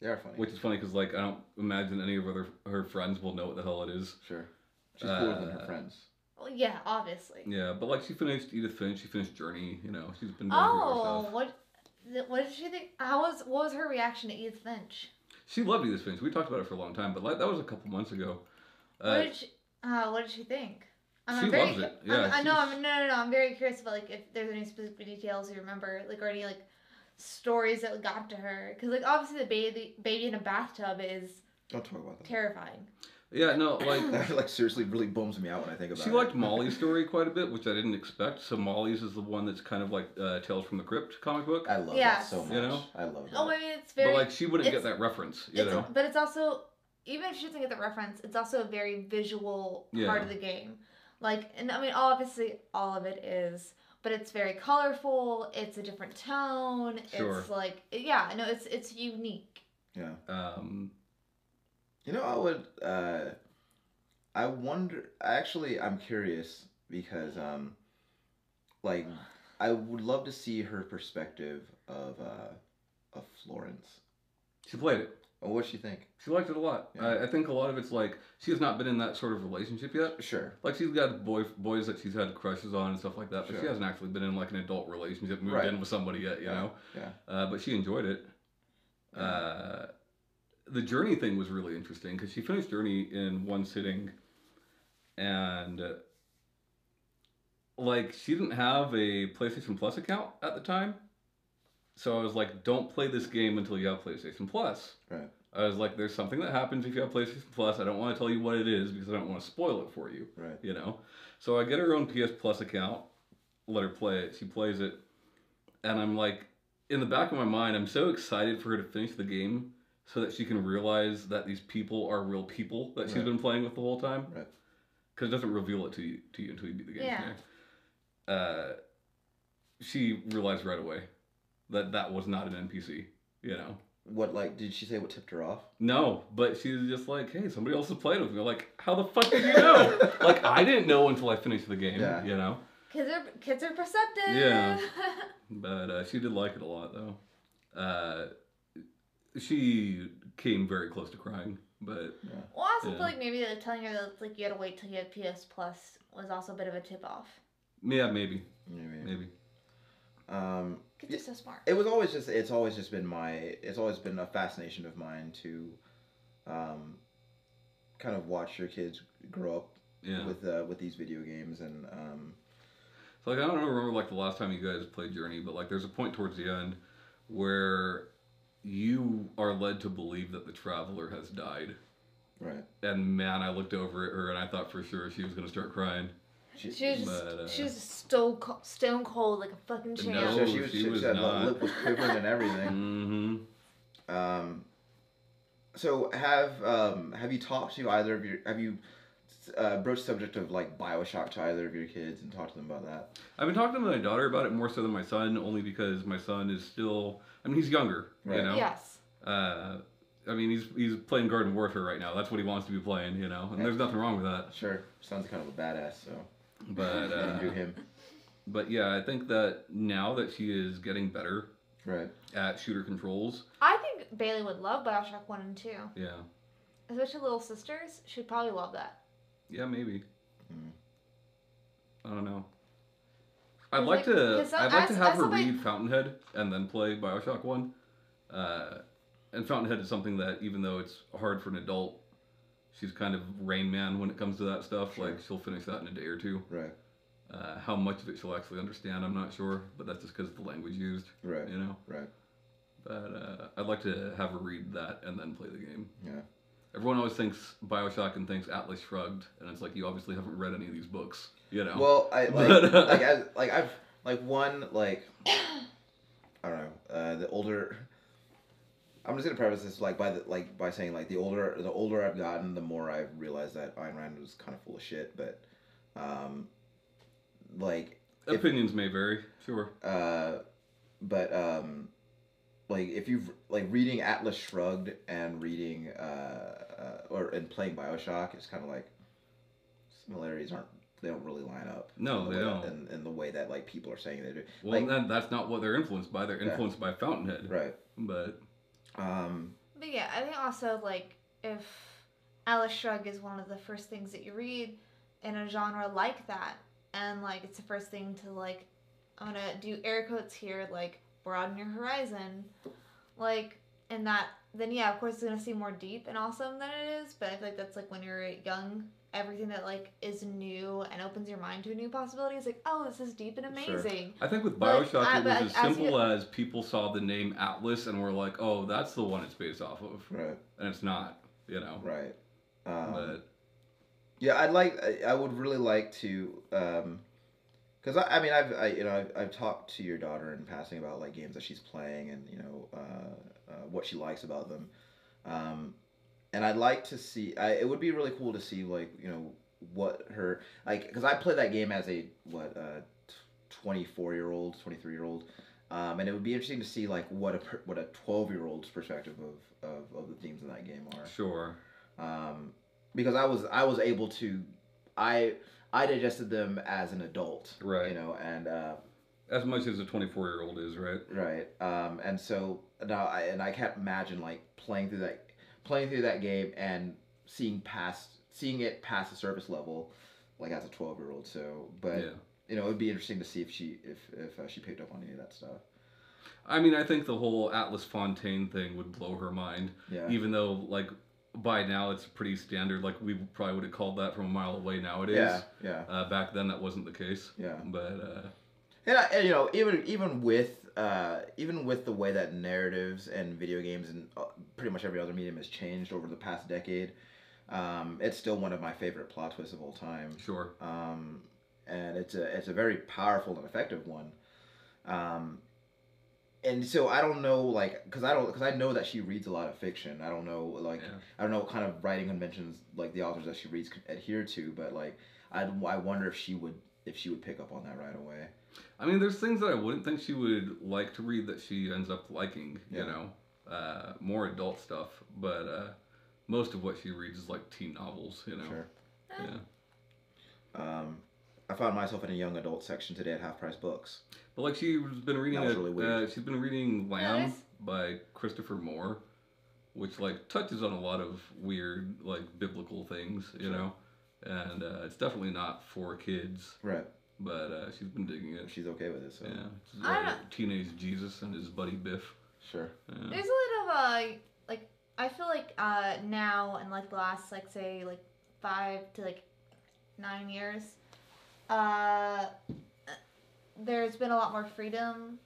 they are funny.
which is funny because like I don't imagine any of her her friends will know what the hell it is.
Sure, she's cooler than her
Uh,
friends.
Well, yeah, obviously.
Yeah, but like she finished Edith Finch. She finished Journey. You know, she's been going through her
oh,
stuff.
what? th- What did she think? How was? What was her reaction to Edith Finch?
She loved Edith Finch. We talked about it for a long time, but like that was a couple months ago.
What did she? Uh, what did she think?
She
very
loves
cu-
it. Yeah,
I'm, I know.
she's-
I'm no, no, no. I'm very curious about like if there's any specific details you remember, like or any like stories that got to her, because like obviously the baby baby in a bathtub is
Don't talk about that.
terrifying.
Yeah, no, like
that like seriously really bums me out when I think about
she
it.
liked Molly's story quite a bit, which I didn't expect. So Molly's is the one that's kind of like uh, Tales from the Crypt comic book,
I love that
Yes.
so
You
much.
know?
I love that.
Oh, I mean it's
but
very.
like she wouldn't get
it's-
that reference, you
it's,
know?
But it's also even if she doesn't get the reference, it's also a very visual part
Yeah.
of the game. Like, and I mean, obviously all of it is, but it's very colorful. It's a different tone.
Sure.
It's like, yeah, no, it's it's unique.
yeah.
Um,
You know, I would. Uh, I wonder. Actually, I'm curious because um, like I would love to see her perspective of uh, of Florence.
She played it.
Well, what she think?
She liked it a lot.
Yeah.
I, I think a lot of it's like she has not been in that sort of relationship yet.
Sure.
Like she's got boy, boys that she's had crushes on and stuff like that, but she
Sure.
hasn't actually been in like an adult relationship, moved
Right.
in with somebody yet, you
Yeah.
know.
Yeah.
Uh, but she enjoyed it.
Um,
Uh, the journey thing was really interesting because she finished journey in one sitting, and uh, like she didn't have a PlayStation Plus account at the time, so I was like, "Don't play this game until you have PlayStation Plus."
Right.
I was like, "There's something that happens if you have PlayStation Plus. I don't want to tell you what it is because I don't want to spoil it for you."
Right.
you know. So I get her own PS Plus account, let her play it. She plays it, and I'm like, in the back of my mind, I'm so excited for her to finish the game so that she can realize that these people are real people that she's
Right.
been playing with the whole time.
Right.
Because it doesn't reveal it to you to you until you beat the game.
Yeah.
yeah. Uh, she realized right away that that was not an NPC. You know.
What like did she say? What tipped her off?
No, but she was just like, hey, somebody else has played with me. Like, how the fuck did you know? like, I didn't know until I finished the game,
Yeah.
you know?
Kids are kids are perceptive.
Yeah. But uh, she did like it a lot, though. Uh, she came very close to crying, but
well, I also
Yeah.
feel like maybe like, telling her that like you had to wait till you had PS Plus was also a bit of a tip off.
yeah, maybe,
You know what I mean?
maybe.
Um,
Kids are so smart.
it was always just it's always just been my it's always been a fascination of mine to um, kind of watch your kids grow up
Yeah.
with uh, with these video games and um,
So, like, I don't remember, like, the last time you guys played Journey, but, like, there's a point towards the end where you are led to believe that the Traveler has died.
right
And, man, I looked over at her and I thought for sure she was going to start crying.
she,
She was just
But, uh,
she was just stone co- stone cold like a fucking
No.
champ.
so she
Oh,
was
she
she,
was
had,
not.
like, lip was quivering and everything
Mm-hmm.
um, so have um, have you talked to either of your have you uh, broached the subject of like Bioshock to either of your kids and talked to them about that
I've been talking to my daughter about it more so than my son, only because my son is still. I mean, he's younger, you
Right.
know.
Yes.
Uh, I mean, he's he's playing Garden Warfare right now. That's what he wants to be playing, you know. And there's nothing wrong with that.
sure sounds kind of a badass so
But
I didn't do
uh,
him
but yeah, I think that now that she is getting better
right
at shooter controls,
I think Bailey would love Bioshock One and Two,
yeah,
especially little sisters. She'd probably love that.
yeah, maybe.
Mm.
I don't know. I'd
Cause,
like
like,
to.
cause some-
I'd like to
as-
have
as
her
somebody-
read Fountainhead and then play Bioshock One. Uh, and Fountainhead is something that, even though it's hard for an adult, she's kind of Rain Man when it comes to that stuff.
Sure.
Like she'll finish that in a day or two.
right
Uh, how much of it she'll actually understand, I'm not sure, but that's just because of the language used,
right
you know.
right
But uh, I'd like to have her read that and then play the game.
yeah.
Everyone always thinks Bioshock and thinks Atlas Shrugged, and it's like you obviously haven't read any of these books, you know.
Well, I
But,
like
uh,
like I like I've like one like I don't know uh, the older. I'm just gonna preface this like by the like by saying like the older the older I've gotten, the more I've realized that Ayn Rand was kind of full of shit. But, um, like if-
Opinions may vary, sure.
uh, but um, like if you've like reading Atlas Shrugged and reading uh, uh or and playing Bioshock, it's kind of like similarities aren't they don't really line up.
No, they
way
don't.
that- in, in the way that like people are saying they do.
Well,
Like-
then that's not what they're influenced by. They're
Yeah.
influenced by Fountainhead.
Right.
But
Um.
But yeah, I think also like if Alice Shrugged is one of the first things that you read in a genre like that, and like it's the first thing to like, I'm gonna do air quotes here, like broaden your horizon, like and that then yeah, of course it's gonna seem more deep and awesome than it is. But I feel like that's like when you're young, everything that like is new and opens your mind to a new possibility is like, oh, this is deep and
Sure.
amazing.
I think with
But,
Bioshock,
uh,
it
but
was as
as you-
simple as people saw the name Atlas and were like, "Oh, that's the one it's based off of,"
Right.
and it's not. You know.
Right. Um,
But
Yeah, I'd like. I- I would really like to. Um, because I, I mean, I've I, you know I've, I've talked to your daughter in passing about like games that she's playing and you know uh, uh, what she likes about them, um, and I'd like to see. I, it would be really cool to see like you know what her like because I played that game as a what uh, twenty four year old, twenty three year old. Um, and it would be interesting to see like what a per- what a twelve year old's perspective of, of, of the themes in that game are
sure.
um, because I was I was able to I I I digested them as an adult, You
Right.
know, and uh,
As much as a 24 year old is, right?
right, um, and so now I and I can't imagine like playing through that playing through that game and seeing past seeing it past the surface level, like as a twelve year old. So, but
yeah.
you know, it would be interesting to see if she if if uh, she picked up on any of that stuff.
I mean, I think the whole Atlas Fontaine thing would blow her mind,
Yeah.
even though, like, by now it's pretty standard. Like, we probably would have called that from a mile away nowadays.
yeah, yeah,
Uh, back then, that wasn't the case.
yeah.
But, uh,
And, I, and you know, even even with uh, even with the way that narratives and video games and uh, pretty much every other medium has changed over the past decade, um, it's still one of my favorite plot twists of all time.
sure.
Um, and it's a it's a very powerful and effective one. Um, and so I don't know, like, cause I don't, cause I know that she reads a lot of fiction. I don't know, like,
Yeah.
I don't know what kind of writing conventions like the authors that she reads adhere to, but like, I I wonder if she would if she would pick up on that right away.
I mean, there's things that I wouldn't think she would like to read that she ends up liking,
Yeah.
you know, uh, more adult stuff. But uh, most of what she reads is like teen novels, you know.
Sure.
Yeah.
Um, I found myself in a young adult section today at Half Price Books.
But like she's been reading,
That was
a-
really weird.
Uh, she's been reading Lamb
Nice.
by Christopher Moore, which like touches on a lot of weird like biblical things, you
Sure.
know. And uh, it's definitely not for kids,
Right.
but uh, she's been digging it.
She's okay with it, so.
Yeah, it's
I
about teenage Jesus and his buddy Biff.
Sure.
Yeah.
There's a lot of uh, like I feel like uh now and like the last like say like five to like nine years, uh, there's been a lot more freedom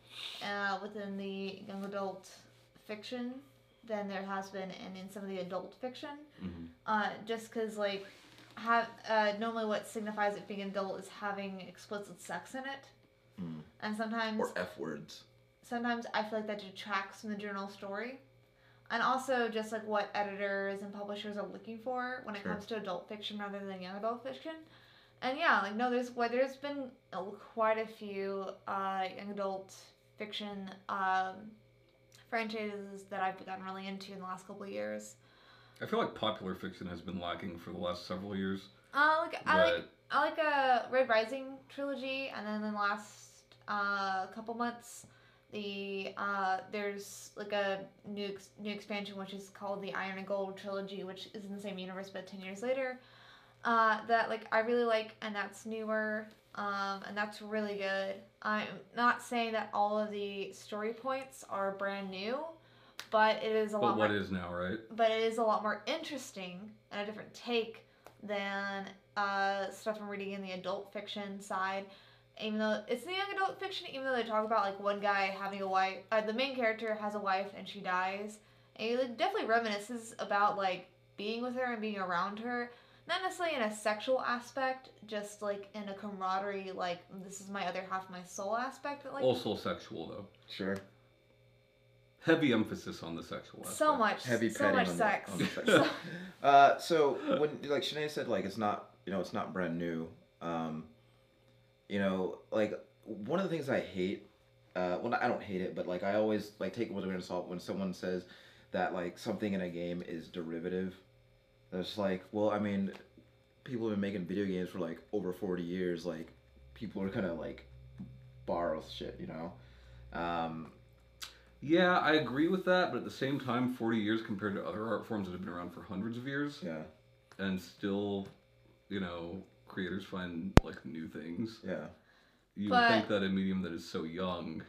uh, within the young adult fiction than there has been and in some of the adult fiction.
Mm-hmm.
Mhm.
Uh, just because like have uh, normally what signifies it being adult is having explicit sex in it,
Mm.
and sometimes
Or F words.
sometimes I feel like that detracts from the journal story. And also just like what editors and publishers are looking for when it
Sure.
comes to adult fiction rather than young adult fiction. And yeah, like no, there's well, there's been uh, quite a few uh, young adult fiction um, franchises that I've gotten really into in the last couple of years.
I feel like popular fiction has been lacking for the last several years,
Uh, like I like
but
I like a Red Rising trilogy, and then the last uh, couple months, the uh, there's like a new ex- new expansion which is called the Iron and Gold trilogy, which is in the same universe but ten years later. Uh, that like I really like, and that's newer, um, and that's really good. I'm not saying that all of the story points are brand new, but it is a lot
but
more
what is now, right?
but it is a lot more interesting and a different take than uh, stuff I'm reading in the adult fiction side. Even though it's the young adult fiction, even though they talk about like one guy having a wife, uh, the main character has a wife and she dies, and he like, definitely reminisces about like being with her and being around her. Not necessarily in a sexual aspect, just like in a camaraderie, like this is my other half of my soul aspect. That, like
Also sexual though.
Sure.
Heavy emphasis on the sexual.
so
aspect.
much,
uh, Heavy
so much
on the-
sex.
on the
So-
sex. uh, so when like Shanae said, like it's not you know it's not brand new. Um, you know, like one of the things I hate. Uh, well, I don't hate it, but like I always like take it with a grain of salt when someone says that like something in a game is derivative. That's like, well, I mean, people have been making video games for like over forty years. Like, people are gonna like borrow shit, you know. Um,
Yeah, I agree with that, but at the same time, 40 years compared to other art forms that have been around for hundreds of years,
yeah,
and still, you know, creators find like new things.
yeah,
You
But-
would think that a medium that is so young,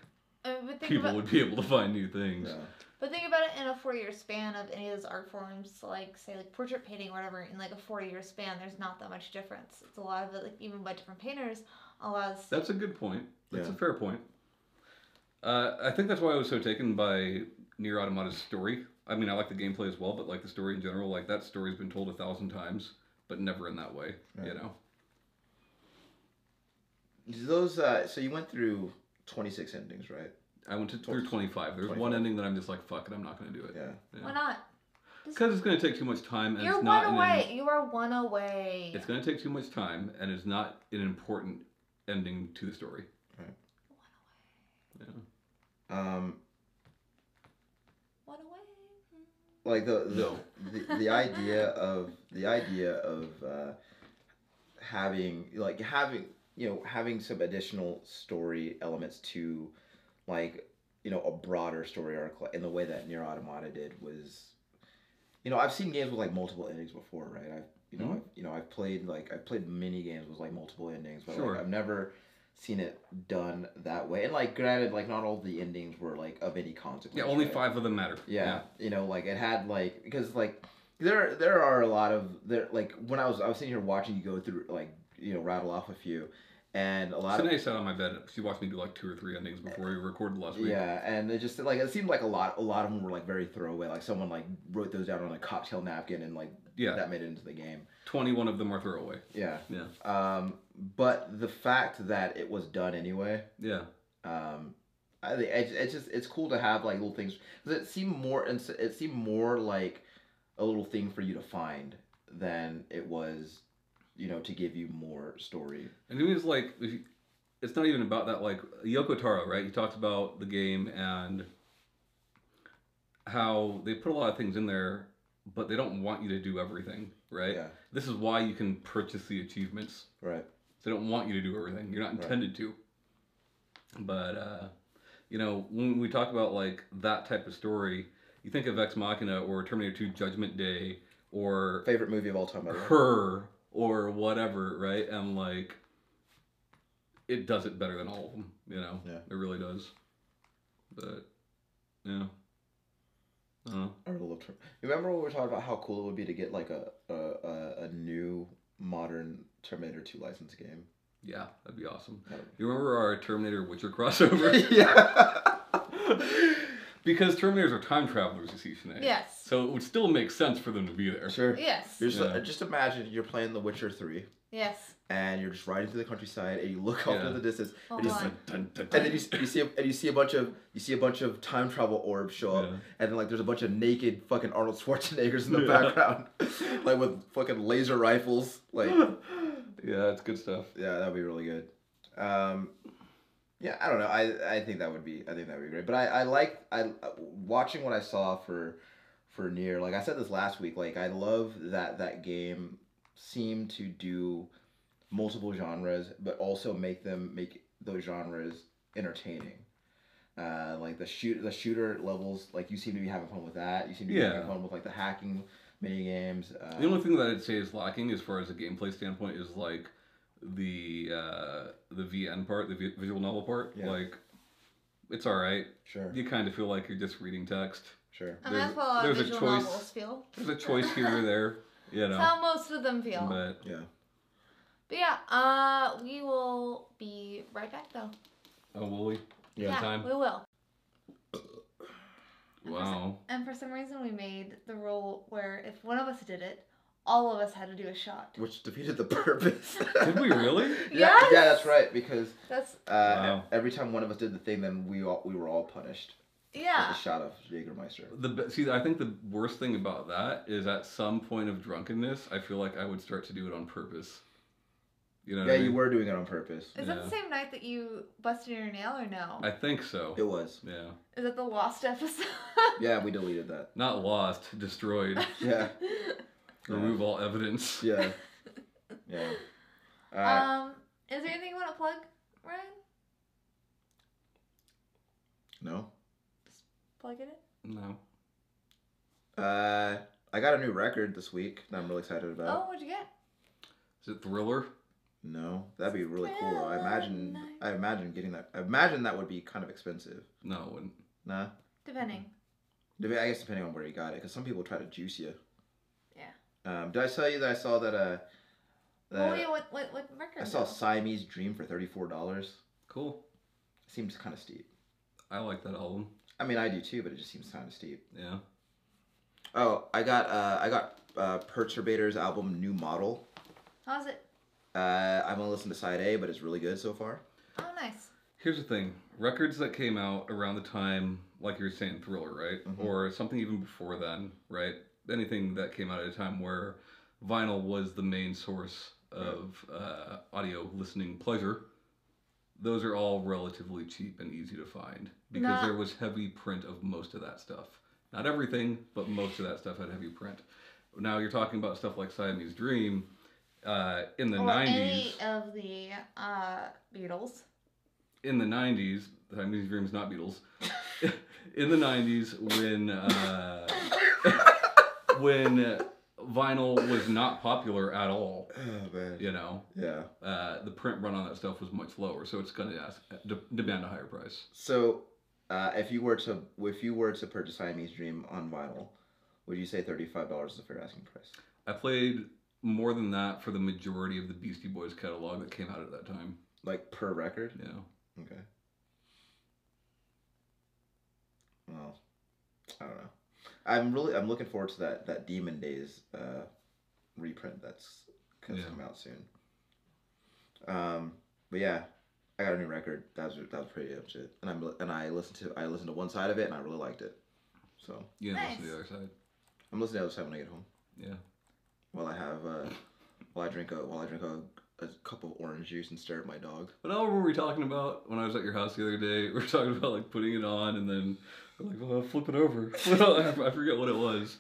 I mean, but think
people
about-
would be able to find new things.
yeah,
But think about it in a four year span of any of those art forms, like say like portrait painting or whatever, in like a four year span, there's not that much difference. It's a lot of it, like even by different painters, a lot of stuff.
That's a good point. That's
Yeah.
a fair point. Uh, I think that's why I was so taken by Nier Automata's story. I mean, I like the gameplay as well, but like the story in general, like that story's been told a thousand times, but never in that way, you
Right.
know?
Those. Uh, so you went through twenty six endings, right?
I went to through 25. There's one
25.
ending that I'm just like, fuck it, I'm not going to do it.
Yeah.
Why not?
Because it's going to take too much time, and
You're
it's
one
not. An,
away. You are one away.
It's going to take too much time, and it's not an important ending to the story.
Um,
One away.
like the the,
No.
the the idea of the idea of uh, having like having you know having some additional story elements to like you know a broader story arc in the way that Nier Automata did was you know I've seen games with like multiple endings before right I've you know
Mhm.
I've, you know I've played like I've played many games with like multiple endings but
Sure.
like, I've never seen it done that way and like granted like not all the endings were like of any consequence
Yeah, only
right?
five of them matter.
yeah, you know like it had like because like there there are a lot of there like when i was i was sitting here watching you go through like you know rattle off a few and a lot of
Today sat on my bed. She watched me do like two or three endings before we recorded last week.
yeah and it just like it seemed like a lot a lot of them were like very throwaway like someone like wrote those down on a cocktail napkin and like
Yeah.
that made it into the game
21 of them are throwaway.
yeah
Yeah.
um but the fact that it was done anyway
Yeah.
um I think it's, it's just it's cool to have like little things because it seemed more and s- it seemed more like a little thing for you to find than it was you know to give you more story
And to me, it's like, if you, it's not even about that. Like, Yoko Taro, right? He talks about the game and how they put a lot of things in there, but they don't want you to do everything, right?
yeah
This is why you can purchase the achievements.
right
They don't want you to do everything. You're not
Right.
intended to. But uh, you know, when we talk about like that type of story, you think of Ex Machina or Terminator 2 Judgment Day or
favorite movie of all time by the way
her or whatever, right? And like it does it better than all of them, you know.
Yeah.
It really does. But yeah. Uh-huh. I don't know.
Or the little Term- you remember when we were talking about how cool it would be to get like a a, a, a new modern terminator 2 license game
Yeah, that'd be awesome.
That would-
You remember our Terminator Witcher crossover?
yeah
because Terminators are time travelers, you see, Sinead.
Yes.
So it would still make sense for them to be there.
sure
Yes.
You're just,
Yeah.
just imagine you're playing the witcher 3
Yes.
and you're just riding through the countryside and you look off
Yeah.
into the distance
Oh
and you
my.
see-
Dun, dun, dun,
and then
dun.
you, s- you see a, and you see a bunch of you see a bunch of time travel orbs show up,
Yeah.
and then like there's a bunch of naked fucking Arnold Schwarzeneggers in the
Yeah.
background, like with fucking laser rifles. Like,
yeah, it's good stuff.
yeah, that'd be really good. Um, yeah, I don't know. I I think that would be I think that would be great. But I I like I watching what I saw for for near like I said this last week. Like I love that that game seemed to do multiple genres, but also make them make those genres entertaining. Uh, like the shoot the shooter levels, like you seem to be having fun with that. You seem to be having
Yeah.
fun with like the hacking mini games. Uh,
The only thing that I'd say is lacking as far as a gameplay standpoint is like the uh, the VN part, the vi- visual novel part.
Yeah.
Like, it's all right.
sure,
You kind of feel like you're just reading text.
sure.
And
There's-
that's what a lot of
there's a
visual
choice.
novels feel.
There's a choice here or there, you
That's
know.
how most of them feel. But,
But
Yeah.
yeah, uh, we will be right back though.
oh, will we?
Yeah.
time. Uh,
we will.
Wow.
And for some reason, we made the rule where if one of us did it, all of us had to do a shot.
Which defeated the purpose.
Did we really?
Yeah,
Yes!
yeah, that's right. Because
That's
uh,
Wow.
e- every time one of us did the thing, then we all we were all punished
yeah.
with a shot of Jägermeister.
The be- see, I think the worst thing about that is at some point of drunkenness, I feel like I would start to do it on purpose. You know? what
Yeah,
I mean?
you were doing it on purpose.
Is that
Yeah.
the same night that you busted your nail or no?
I think so.
It was.
yeah.
Is that the lost episode?
Yeah, we deleted that.
Not lost, destroyed.
Yeah,
Remove all evidence.
yeah, yeah. Uh,
um, is there anything you want to plug, Ryan?
no.
Plug it in.
No.
Uh, I got a new record this week that I'm really excited
Oh,
about.
what'd you get?
Is it Thriller?
No, that'd be really cool. I imagine. I imagine getting that. I imagine that would be kind of expensive.
No, it wouldn't.
Nah.
Depending.
Dep- I guess depending on where you got it, because some people try to juice you.
Yeah.
Um, did I tell you that I saw that uh,
oh,
that
yeah, what, what, what record?
I saw
though?
Siamese Dream for thirty four dollars?
Cool.
Seems kind of steep.
I like that album.
I mean, I do too, but it just seems kind of steep.
Yeah.
Oh, I got uh, I got uh, Perturbator's album New Model.
How's it?
Uh, I've only listened to side A, but it's really good so far.
Oh, nice.
Here's the thing records that came out around the time, like you were saying, Thriller, right?
Mhm.
Or something even before then, right? Anything that came out at a time where vinyl was the main source of uh, audio listening pleasure. Those are all relatively cheap and easy to find because
Not-
there was heavy print of most of that stuff. Not everything, but most of that stuff had heavy print. Now you're talking about stuff like Siamese Dream. uh, in the
or
90s
any of the uh, Beatles.
in the 90s i mean dreams not beatles in the 90s when uh, when vinyl was not popular at all
Oh man.
you know
Yeah.
uh, the print run on that stuff was much lower so it's going to ask, de- demand a higher price
So, uh, if you were to if you were to purchase Siamese Dream on vinyl, would you say thirty five dollars is a fair asking price?
i played more than that for the majority of the beastie boys catalog that came out at that time
Like per record?
you know
Okay. Well, I don't know. I'm really I'm looking forward to that that Demon Days uh, reprint that's gonna
Yeah.
come out soon. Um, but yeah, I got a new record. That was that was pretty up shit, and I'm li- and I listened to I listened to one side of it and I really liked it. So
you didn't
Nice.
listen to the other side
I'm listening to the other side when I get home.
yeah
While I have uh, while I drink a while I drink a, a cup of orange juice and stare at my dog.
What album were we talking about when I was at your house the other day? We were talking about like putting it on and then like well, flip it over. Well, I I forget what it was.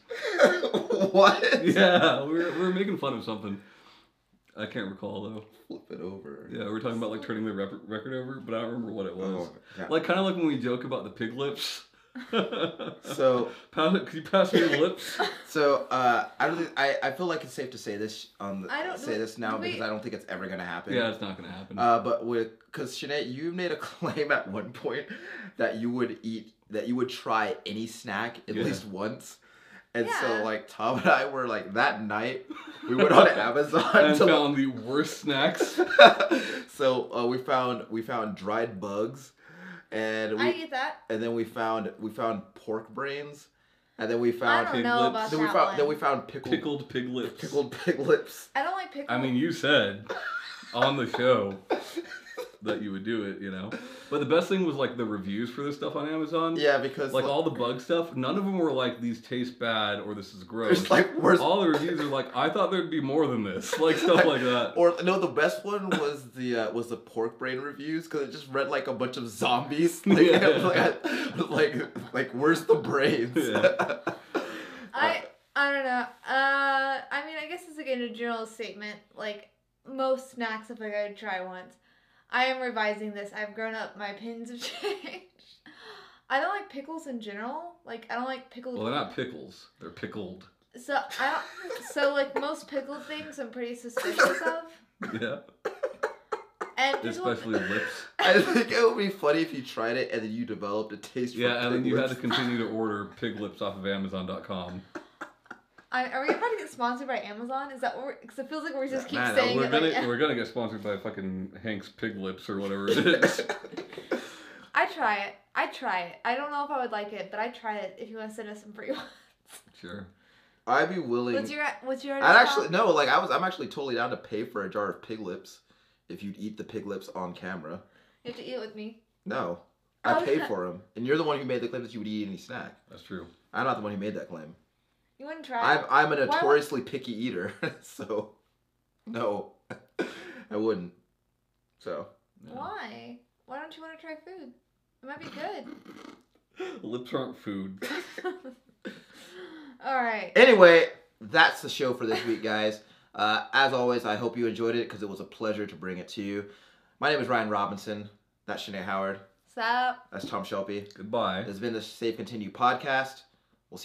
what?
Yeah, we were, we were making fun of something. I can't recall though.
Flip it over.
Yeah, we were talking about like turning the rep- record over, but I don't remember what it was.
Oh, yeah.
Like kind of like when we joke about the pig lips. so,
so
could you pass me the lips?
so uh, I don't think, I, I feel like it's safe to say this on the,
I don't-
say this now
do we-
because I don't think it's ever gonna happen.
yeah, it's not gonna happen.
Uh, but with because Shanae, you made a claim at one point that you would eat that you would try any snack at
Yeah.
least once. And
Yeah.
so like Tom and I were like that night we went on Amazon
and
to
found the worst snacks.
so uh, we found we found dried bugs, and we
I eat that.
and then we found we found pork brains, and then we
I
found
don't
pig
know
lips.
about
then we
that
found
one.
then we found pickled
Pickled pig lips.
pickled pig lips.
I don't like pickle.
I mean, you said on the show that you would do it, you know. But the best thing was like the reviews for this stuff on Amazon.
Yeah, because
Like all the bug stuff, none of them were like these taste bad or this is gross.
there's like worse
all the reviews are like I thought there'd be more than this, like stuff like that.
or no the best one was the uh, was the pork brain reviews because it just read like a bunch of zombies like
Yeah.
like, like like, where's the brains.
Yeah.
I I don't know. Uh, I mean, I guess it's again a general statement. Like most snacks, if I go to try once, I am revising this. I've grown up. My opinions have changed. I don't like pickles in general. Like I don't like pickled.
Well, they're not pickles; they're pickled.
So I don't. so like most pickled things, I'm pretty suspicious of.
Yeah,
And pickled,
especially lips.
I think it would be funny if you tried it and then you developed a taste. for
Yeah, and then
pig
you had
lips.
to continue to order pig lips off of Amazon.com.
I, are we about to get sponsored by Amazon? Is that what? we're Because it feels like we just keep
Man,
saying
We're
it. like-
gonna we're gonna get sponsored by fucking Hank's Pig Lips or whatever it is.
I try it. I try it. I don't know if I would like it, but I try it. If you want to send us some free ones.
sure.
I'd be willing.
What's your What's your?
I'd actually no, like I was. I'm actually totally down to pay for a jar of pig lips if you'd eat the pig lips on camera.
You have to eat it with me.
No, I
Oh,
paid
yeah.
for them, and you're the one who made the claim that you would eat any snack.
That's true.
I'm not the one who made that claim.
You wouldn't try.
I'm
it?
I'm a
would-
notoriously picky eater, so no, I wouldn't. So
Yeah.
Why? Why don't you want to try food? It might be good.
Lips aren't food.
All right.
anyway, that's the show for this week, guys. Uh, as always, I hope you enjoyed it because it was a pleasure to bring it to you. My name is Ryan Robinson. That's Shanae Howard.
Sup?
That's Tom Shelby.
Goodbye.
This has been the Safe Continue podcast.